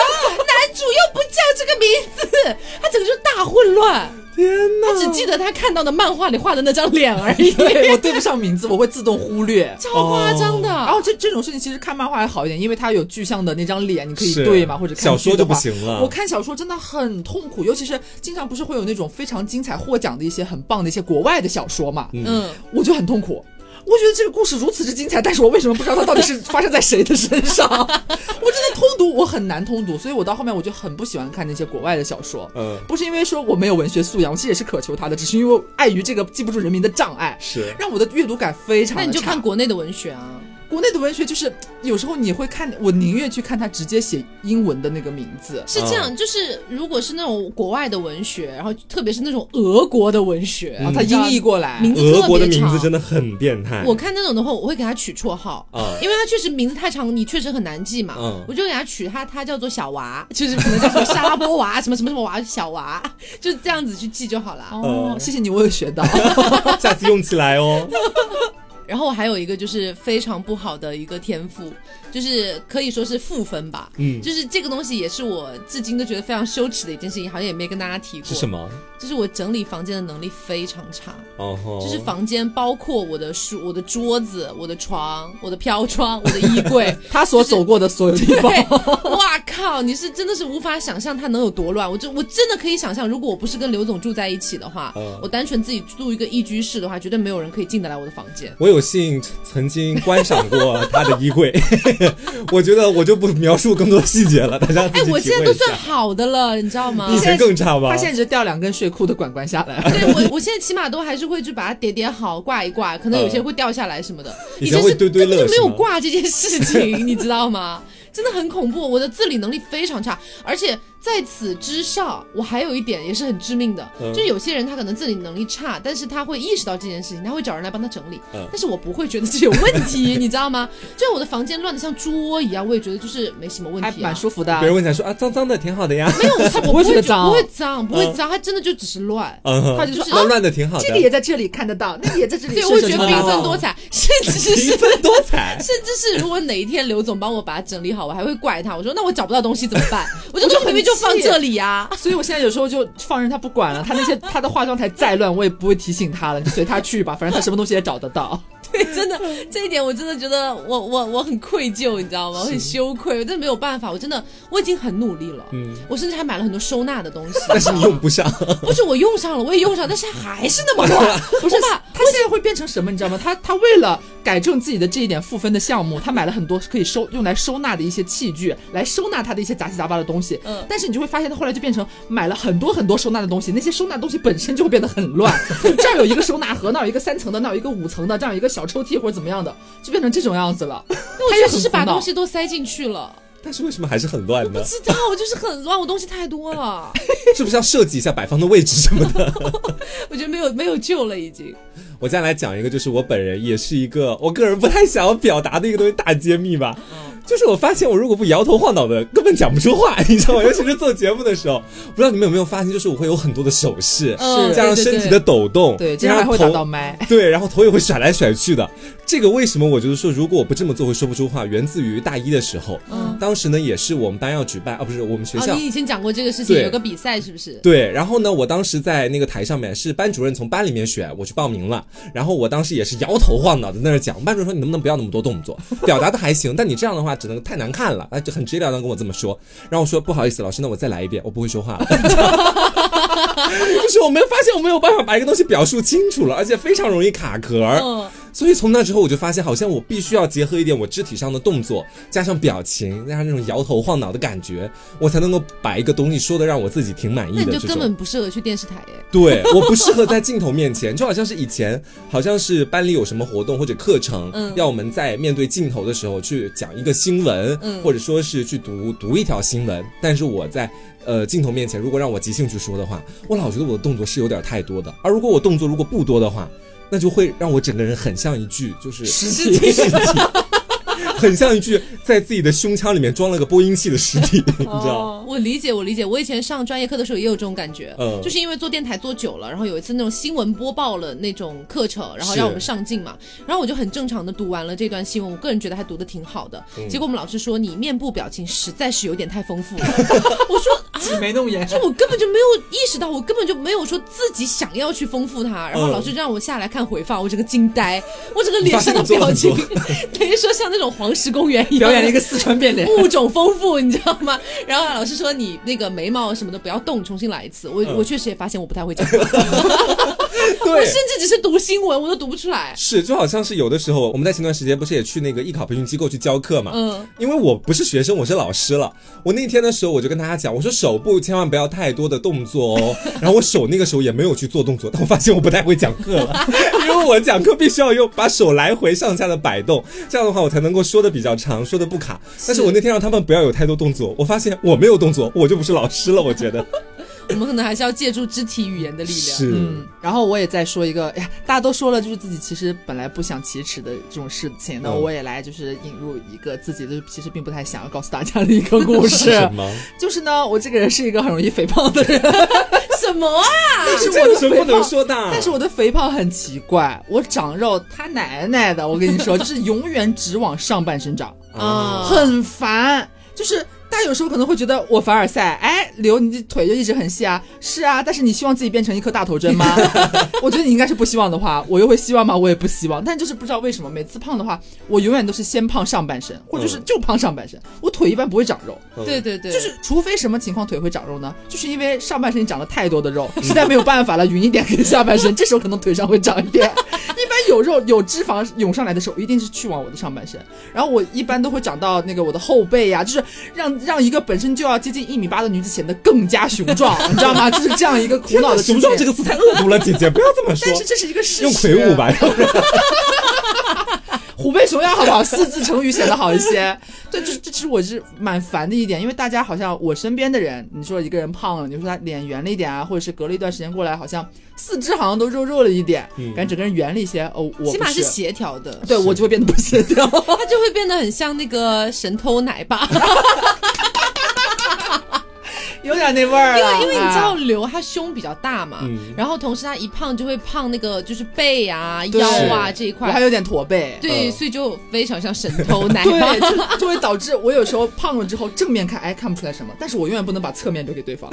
男主又不叫这个名字，他整个就大混乱，天他只哪！记得他看到的漫画里画的那张脸而 已，对我对不上名字，我会自动忽略。超夸张的。哦然后这这种事情其实看漫画还好一点，因为它有具象的那张脸，你可以是对嘛，或者看小剧说的就不话行了我看小说真的很痛苦，尤其是经常不是会有那种非常精彩获奖的一些很棒的一些国外的小说嘛，嗯，我就很痛苦。我觉得这个故事如此之精彩，但是我为什么不知道它到底是发生在谁的身上？ 我真的通读，我很难通读，所以我到后面我就很不喜欢看那些国外的小说。嗯，不是因为说我没有文学素养，我其实也是渴求它的，只是因为我碍于这个记不住人名的障碍，是让我的阅读感非常那地你就差看国内的文学啊。国内的文学，就是有时候你会看，我宁愿去看他直接写英文的那个名字。是这嗯样，就是如果是那种国外的文学，然后特别是那种俄国的文学，嗯啊然后他音译过来，名字特别俄长国的名字真的很变态。我看那种的话，我会给他取绰号，啊因为他确实名字太长，你确实很难记嘛。嗯我就给他取他，他叫做小娃，就是可能叫什么沙拉波娃， 什么什么什么娃，小娃， 就这样子去记就好了。 哦嗯，谢谢你，我有学 到。呃下次用起来哦。然后还有一个就是非常不好的一个天赋，就是可以说是负分吧。嗯就是这个东西也是我至今都觉得非常羞耻的一件事情，好像也没跟大家提过。是什？么？就是我整理房间的能力非常差。哦吼，就是房间包括我的书、我的桌子、我的床、我的飘窗、我的衣 柜。他所走过的所有地方，对，哇靠！你是真的是无法想象它能有多乱。我就我真的可以想象，如果我不是跟刘总住在一起的话，嗯我单纯自己住一个一居室的话，绝对没有人可以进得来我的房间。我有幸曾经观赏过他的衣柜， 我觉得我就不描述更多细节了，大家自哎己，体我会一现下。在都算好的了，你知道吗你以？前更差吧？ 他现在只是掉两根睡裤的管管下来。 对我，我现在起码都还是会去把它叠叠好，挂一挂，可能有些会掉下来什么的。嗯以以前前会是堆堆乐根本就没是有吗挂这件事情，你知道吗？ 真的很恐怖，我的自理能力非常差，而且在此之上，我还有一点也是很致命的，嗯就有些人他可能自理能力差，但是他会意识到这件事情，他会找人来帮他整理，嗯但是我不会觉得这有问题， 你知道吗？就我的房间乱的像猪窝一样，我也觉得就是没什么问还题啊蛮。舒服的啊别，人问起来说啊，脏脏的挺好的呀，没有，他 不会觉得脏哦不会脏，不会嗯脏，他真的就只是乱。嗯哼，他就说就是乱乱的挺好的，这个也在这里看得到，那个也在这里。对，我会是觉什得么缤地方纷多彩，甚至是 缤纷多 彩。甚至是如果哪一天刘总帮我把它整理好，我还会怪他，我说那我找不到东西怎么办？我就说明明就放这里啊 呀、所以我现在有时候就放任他不管了，他那些他的化妆台再乱，我也不会提醒他了，你就随他去吧，反正他什么东西也找得到。对，真的这一点我真的觉得我我我很愧疚，你知道吗？我很羞愧，我真的没有办法，我真的我已经很努力了，嗯我甚至还买了很多收纳的东西，但是你用不上， 不是我用上了，我也用上，但是还是那么乱，啊不是我把他现在会变成什么，你知道吗？他他为了改正自己的这一点负分的项目，他买了很多可以收用来收纳的一些器具，来收纳他的一些杂七杂八的东西。嗯但是你就会发现，他后来就变成买了很多很多收纳的东西，那些收纳的东西本身就会变得很 乱。这儿有一个收纳盒，那儿有一个三层的，那儿有一个五层的，这样有一个小抽屉或者怎么样的，就变成这种样子了。那我他也确很实是把苦恼 东西都塞进去了。但是为什么还是很乱不呢？知道，我就是很乱，我东西太多了，是不是要设计一下摆放的位置什么的？ 我觉得没有没有救了已经。我再来讲一个，就是我本人也是一个我个人不太想要表达的一个东西，大揭秘吧。嗯就是我发现我如果不摇头晃脑的，根本讲不出话， 你知道吗？尤其是做节目的时候，不知道你们有没有发现，就是我会有很多的手势，嗯加上身体的抖动，对，经加常还上会打头，到麦。 对，然后头也会甩来甩去的。这个为什么我就是说，如果我不这么做会说不出话，源自于大一的时候，嗯当时呢也是我们班要举办啊，不是我们学哦，校你以前讲过这个事情，对有个比赛是不是？对，然后呢，我当时在那个台上面是班主任从班里面选，我去报名了。然后我当时也是摇头晃脑的在那儿讲，班主任说你能不能不要那么多动作，表达的还行，但你这样的话只能太难看了，啊，就很直截了当跟我这么说。然后我说不好意思，老师，那我再来一遍，我不会说话了。 就是我没有发现我没有办法把一个东西表述清楚了，而且非常容易卡壳儿。嗯，所以从那之后，我就发现，好像我必须要结合一点我肢体上的动作，加上表情，加上那种摇头晃脑的感觉，我才能够把一个东西说的让我自己挺满那你意的就这根种。本不适合去电视台耶。 对，我不适合在镜头面前，就好像是以前，好像是班里有什么活动或者课程，嗯要我们在面对镜头的时候去讲一个新闻，嗯或者说是去读读一条新闻。但是我在呃镜头面前，如果让我即兴去说的话，我老觉得我的动作是有点太多的，而如果我动作如果不多的话，那就会让我整个人很像一具就是实体尸体。很像一具在自己的胸腔里面装了个播音器的尸体，你知道？哦 我理解，我理解。我以前上专业课的时候也有这种感觉，嗯就是因为做电台做久了，然后有一次那种新闻播报了那种课程，然后是让我们上镜嘛，然后我就很正常的读完了这段新闻，我个人觉得还读的挺好的。嗯结果我们老师说你面部表情实在是有点太丰富 了，我说啊。挤眉弄眼，就我根本就没有意识到，我根本就没有说自己想要去丰富它。然后嗯老师让我下来看回放，我整个惊呆，我整个脸上的你发现表你做情了很， 等于说像那种黄石公 园一样，表演了一个四川变脸。物种丰富，你知道吗？然后老师说你那个眉毛什么的不要动，重新来一次。我、嗯我确实也发现我不太会讲话，我对，甚至只是读新闻我都读不出来。是，就好像是有的时候，我们在前段时间不是也去那个艺考培训机构去教课嘛？嗯，因为我不是学生，我是老师了。我那天的时候，我就跟大家讲，我说手部千万不要太多的动作哦。 然后我手那个时候也没有去做动作，但我发现我不太会讲课了，因为我讲课必须要用把手来回上下的摆动，这样的话我才能够说的比较长，说的不卡。但是我那天让他们不要有太多动作，我发现我没有动作，我就不是老师了。我觉得我们可能还是要借助肢体语言的力量。是，嗯，然后我也再说一个，哎呀，大家都说了，就是自己其实本来不想启齿的这种事情，那嗯我也来就是引入一个自己就是其实并不太想要告诉大家的一个故事，什么？ 就是呢，我这个人是一个很容易肥胖的 人，什么啊？但是这我有的什肥么胖不能说的？但是我的肥胖很奇怪，我长肉，他奶奶的！我跟你说，就是永远只往上半身长，嗯啊很烦。就是大家有时候可能会觉得我凡尔赛，哎，刘你这腿就一直很细啊，是啊，但是你希望自己变成一颗大头针吗？我觉得你应该是不希望的话，我又会希望吗？我也不希望，但就是不知道为什么每次胖的话，我永远都是先胖上半身，或者是就胖上半身，我腿一般不会长肉。嗯对对对，就是除非什么情况腿会长肉呢？就是因为上半身长了太多的肉，实在没有办法了，匀一点给下半身，这时候可能腿上会长一点。一般有肉有脂肪涌上来的时候，一定是去往我的上半身，然后我一般都会长到那个我的后背呀、就是让让一个本身就要接近一米八的女子显得更加雄壮，你知道吗？就是这样一个苦恼的雄壮这个，个词太恶毒了，姐姐不要这么说但。是这是一个事实。用魁梧，吧，虎背熊腰好不好？ 四字成语显得好一些。 对，这这是我是蛮烦的一点，因为大家好像我身边的人，你说一个人胖了，你说他脸圆了一点啊，或者是隔了一段时间过来，好像四肢好像都肉肉了一点，嗯感觉整个人圆了一些。哦，我起码不是是协调的，对我就会变得不协 调。它就会变得很像那个神偷奶爸，有点那味儿因为了。因为你知道啊，刘他胸比较大嘛，嗯然后同时他一胖就会胖那个就是背啊、对腰啊这一我还块，有点驼背。对，嗯所以就非常像神 偷奶爸对，。就就会导致我有时候胖了之后，正面看哎看不出来什么，但是我永远不能把侧面留给对方，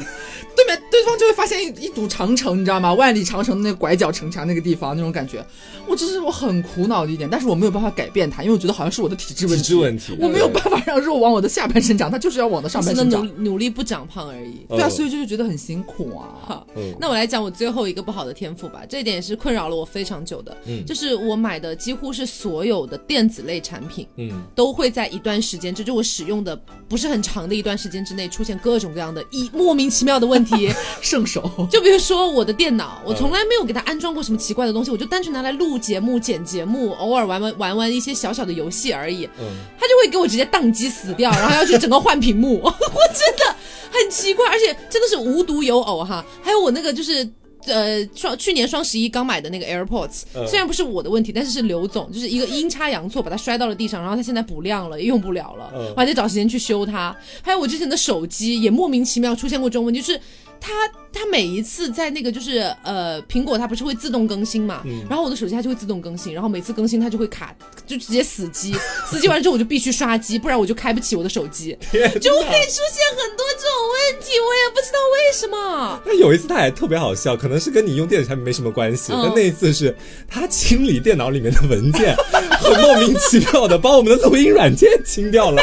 对面对方就会发现一一堵长城，你知道吗？万里长城那个拐角城墙那个地方那种感觉，我这是我很苦恼的一点，但是我没有办法改变它，因为我觉得好像是我的体质问题，体质问题嗯我没有办法让肉往我的下半身长，它就是要往我的上只半能身努长，努力不长胖而已。对啊，所以以就是觉得很辛 苦啊。好嗯，那我来讲我最后一个不好的天赋吧，这一点也是困扰了我非常久的，嗯就是我买的几乎是所有的电子类产品。嗯，都会在一段时间，这就我使用的不是很长的一段时间之内出现各种各样的一莫名其妙的问题，题圣手。就比如说我的电脑，我从来没有给它安装过什么奇怪的东西，我就单纯拿来录节目、剪节目，偶尔玩玩玩玩一些小小的游戏而已。嗯，它就会给我直接宕机死掉，然后要去整个换屏幕， 我真的很奇怪，而且真的是无独有偶哈，还有我那个就是。呃，双去年双十一刚买的那个 AirPods，、嗯虽然不是我的问题，但是是刘总就是一个阴差阳错把它摔到了地上，然后它现在不亮了，也用不了了，嗯我还得找时间去修它。还有我之前的手机也莫名其妙出现过这种问题，就是它它每一次在那个就是呃苹果它不是会自动更新嘛，然后我的手机它就会自动更新，然后每次更新它就会卡，就直接死机，死机完之后我就必须刷机，不然我就开不起我的手机， 就嗯会出 现很多这种问题，我也不知道为什么。他有一次他还特别好笑，可能是跟你用电子产品没什么关系，嗯但那一次是他清理电脑里面的文件，很莫名其妙的把我们的录音软件清掉了，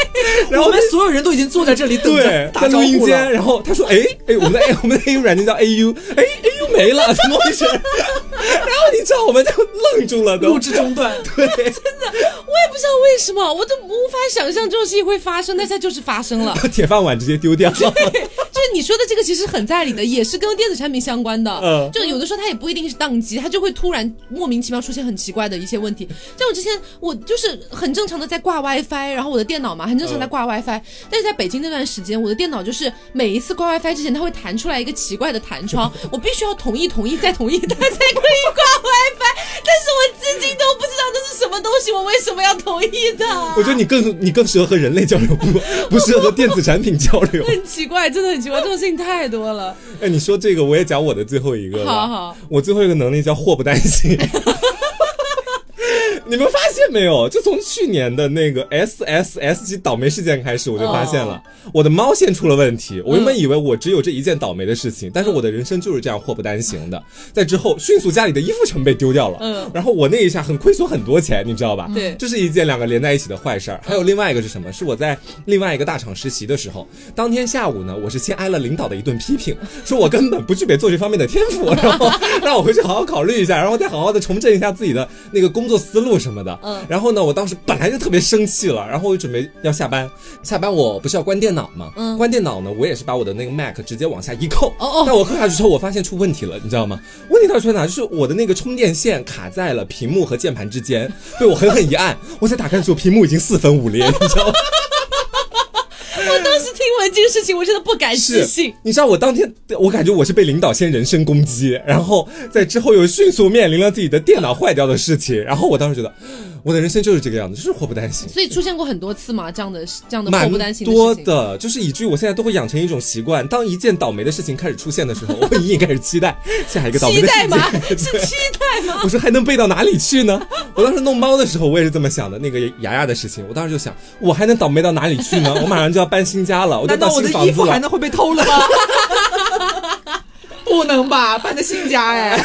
然我后们所有人都已经坐在这里等对着，在打招录音呼间，了。然后他说：“哎哎，我们的 A 我们的 AU 软件叫 AU，哎 AU 没了，怎么回事？” 然后你知道我们就愣住了都，录制中断，对，我也不知道为什么，我都无法想象这种事情会发生，但是它就是发生了。把铁饭碗直接丢 掉。就是你说的这个其实很在理的，也是跟电子产品相关的。嗯就有的时候它也不一定是宕机，它就会突然莫名其妙出现很奇怪的一些问题。像我之前我就是很正常的在挂 WiFi，然后我的电脑嘛很正常地在挂 WiFi，、但是在北京那段时间，我的电脑就是每一次挂 WiFi 之前，它会弹出来一个奇怪的弹 窗，我必须要同意同意再同意，它才可以挂 WiFi。但是我至今都不知道那是什么东西，我为什么要同意的？我觉得你更你更适合和人类交流，不不适合和电子产品交流。很奇怪，真的很奇怪，这种事情太多了。哎，你说这个，我也讲我的最后一个吧。好好我最后一个能力叫祸不单行。你们发现没有？就从去年的那个 S S S 级倒霉事件开始，我就发现哦了、我的猫线出了问题。我原本以为我只有这一件倒霉的事情，嗯但是我的人生就是这样祸不单行的。在之后，迅速家里的衣服全被丢掉了。嗯然后我那一下很亏损很多钱，你知道吧？对这是一件两个连在一起的坏事儿。还有另外一个是什么？是我在另外一个大厂实习的时候，当天下午呢，我是先挨了领导的一顿批评，说我根本不具备做这方面的天赋，然后让我回去好好考虑一下，然后再好好的重振一下自己的那个工作思路什么的。嗯然后呢，我当时本来就特别生气了，然后我就准备要下班，下班我不是要关电脑嘛，嗯关电脑呢，我也是把我的那个 Mac 直接往下一扣，哦哦但我扣下去之后，我发现出问题了，你知道吗？问题到底出在哪？就是我的那个充电线卡在了屏幕和键盘之间，被我狠狠一按，我才打开的时候，屏幕已经四分五裂，你 知道吗？我当时听闻这个事情，我真的不敢置是信。，你知道我当天，我感觉我是被领导先人身攻击，然后在之后又迅速面临了自己的电脑坏掉的事情，然后我当时觉得，我的人生就是这个样子，就是祸不单行。所以出现过很多次嘛，这样的这样的祸蛮不单行多事情。的，就是以至于我现在都会养成一种习惯，当一件倒霉的事情开始出现的时候，我会隐隐开始期待下一个倒霉期的事待情。 吗？是期待吗？我说还能背到哪里去呢？我当时弄猫的时候，我也是这么想的。那个牙牙的事情，我当时就想，我还能倒霉到哪里 去呢？我马上就要搬新家了，我就难到道我新的房衣子服还了。能会被偷了 吗？不能吧，搬个新家哎！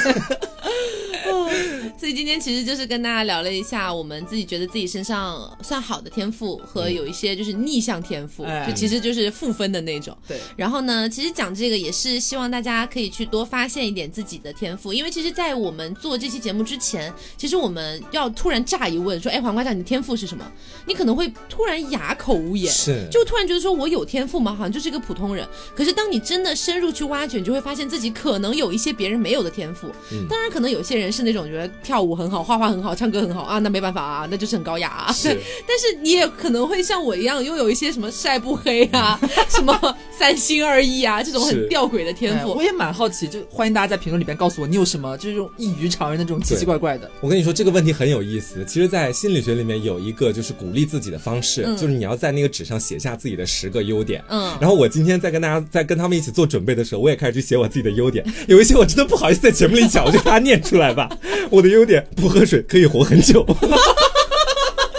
所以今天其实就是跟大家聊了一下，我们自己觉得自己身上算好的天赋和有一些就是逆向天赋，哎就其实就是负分的那种。对，然后呢，其实讲这个也是希望大家可以去多发现一点自己的天赋，因为其实，在我们做这期节目之前，其实我们要突然乍一问说，哎，黄瓜酱，你天赋是什么？你可能会突然哑口无言，是就突然觉得说我有天赋吗？好像就是一个普通人。可是当你真的深入去挖掘，你就会发现自己可能有一些别人没有的天赋。当然，可能有些人是那种觉得跳舞很好、画画很好、唱歌很好啊，那没办法啊，那就是很高雅啊。是对， 但是你也可能会像我一样，拥有一些什么晒不黑啊、什么三心二意啊这种是很吊诡的天哎赋 我。也蛮好奇，就欢迎大家在评论里边告诉我，你有什么就是这种异于常人的这种奇奇怪怪的。我跟你说这个问题很有意思，其实，在心理学里面有一个就是鼓励自己的方式，就是你要在那个纸上写下自己的十个优点。嗯然后我今天在跟大家在跟他们一起做准备的时候，我也开始去写我自己的优点，有一些我真的不好意思在节目里讲，我就把它念出来吧。我的优点：不喝水可以活很久，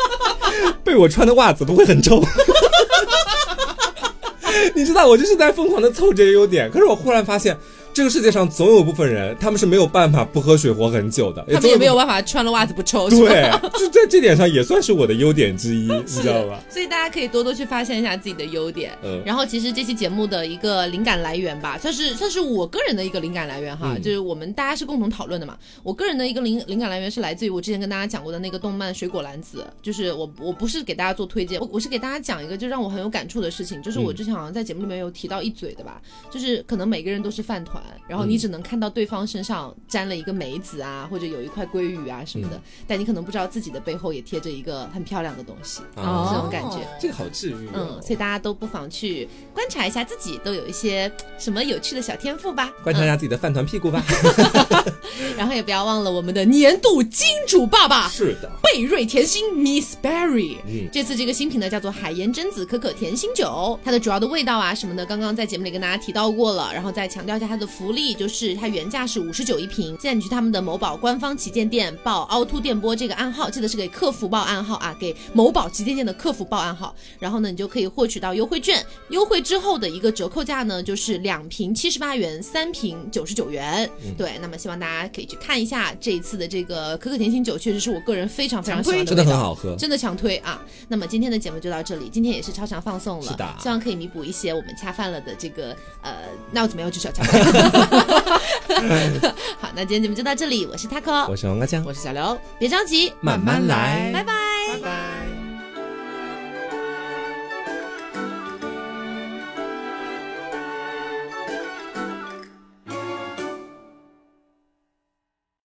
被我穿的袜子不会很臭。 你知道我就是在疯狂的凑这些优点，可是我忽然发现，这个世界上总有部分人，他们是没有办法不喝水活很久的，他们总也没有办法穿了袜子不抽，是吧对，就在这点上也算是我的优点之一，你知道 吧？所以大家可以多多去发现一下自己的优点。嗯然后，其实这期节目的一个灵感来源吧，算是算是我个人的一个灵感来源哈，嗯就是我们大家是共同讨论的嘛。我个人的一个灵灵感来源是来自于我之前跟大家讲过的那个动漫《水果篮子》，就是我我不是给大家做推荐，我我是给大家讲一个就让我很有感触的事情，就是我嗯之前好像在节目里面有提到一嘴的吧，就是可能每个人都是饭团，然嗯后你只能看到对方身上沾了一个梅子啊，或者有一块鲑鱼啊什么嗯的，但你可能不知道自己的背后也贴着一个很漂亮的东西。啊，这种感觉这个好治愈、哦哦嗯，。所以大家都不妨去观察一下自己都有一些什么有趣的小天赋吧，观察一下自己的饭团屁股吧。嗯然后也不要忘了我们的年度金主爸爸是的，贝瑞甜心 Miss Berry。嗯这次这个新品呢叫做海盐榛子可可甜心酒，它的主要的味道啊什么的，刚刚在节目里跟大家提到过了。然后再强调一下它的福利，就是它原价是五十九一瓶，现在你去他们的某宝官方旗舰店报凹凸电波这个暗号，记得是给客服报暗号啊，给某宝旗舰店的客服报暗号。然后呢，你就可以获取到优惠券，优惠之后的一个折扣价呢就是两瓶七十八元，三瓶九十九元。嗯对，那么希望大家可以去看一下这一次的这个可可甜心酒，确实是我个人非常非常喜欢的味道，真的很好喝。真的强推啊！那么今天的节目就到这里，今天也是超常放送了，是的希望可以弥补一些我们恰饭了的这个呃，那我怎么样去小 恰饭？ 好，那今天节目就到这里，我是 taco，我是王阿江，我是小刘，别着急，慢慢来。拜拜。拜拜。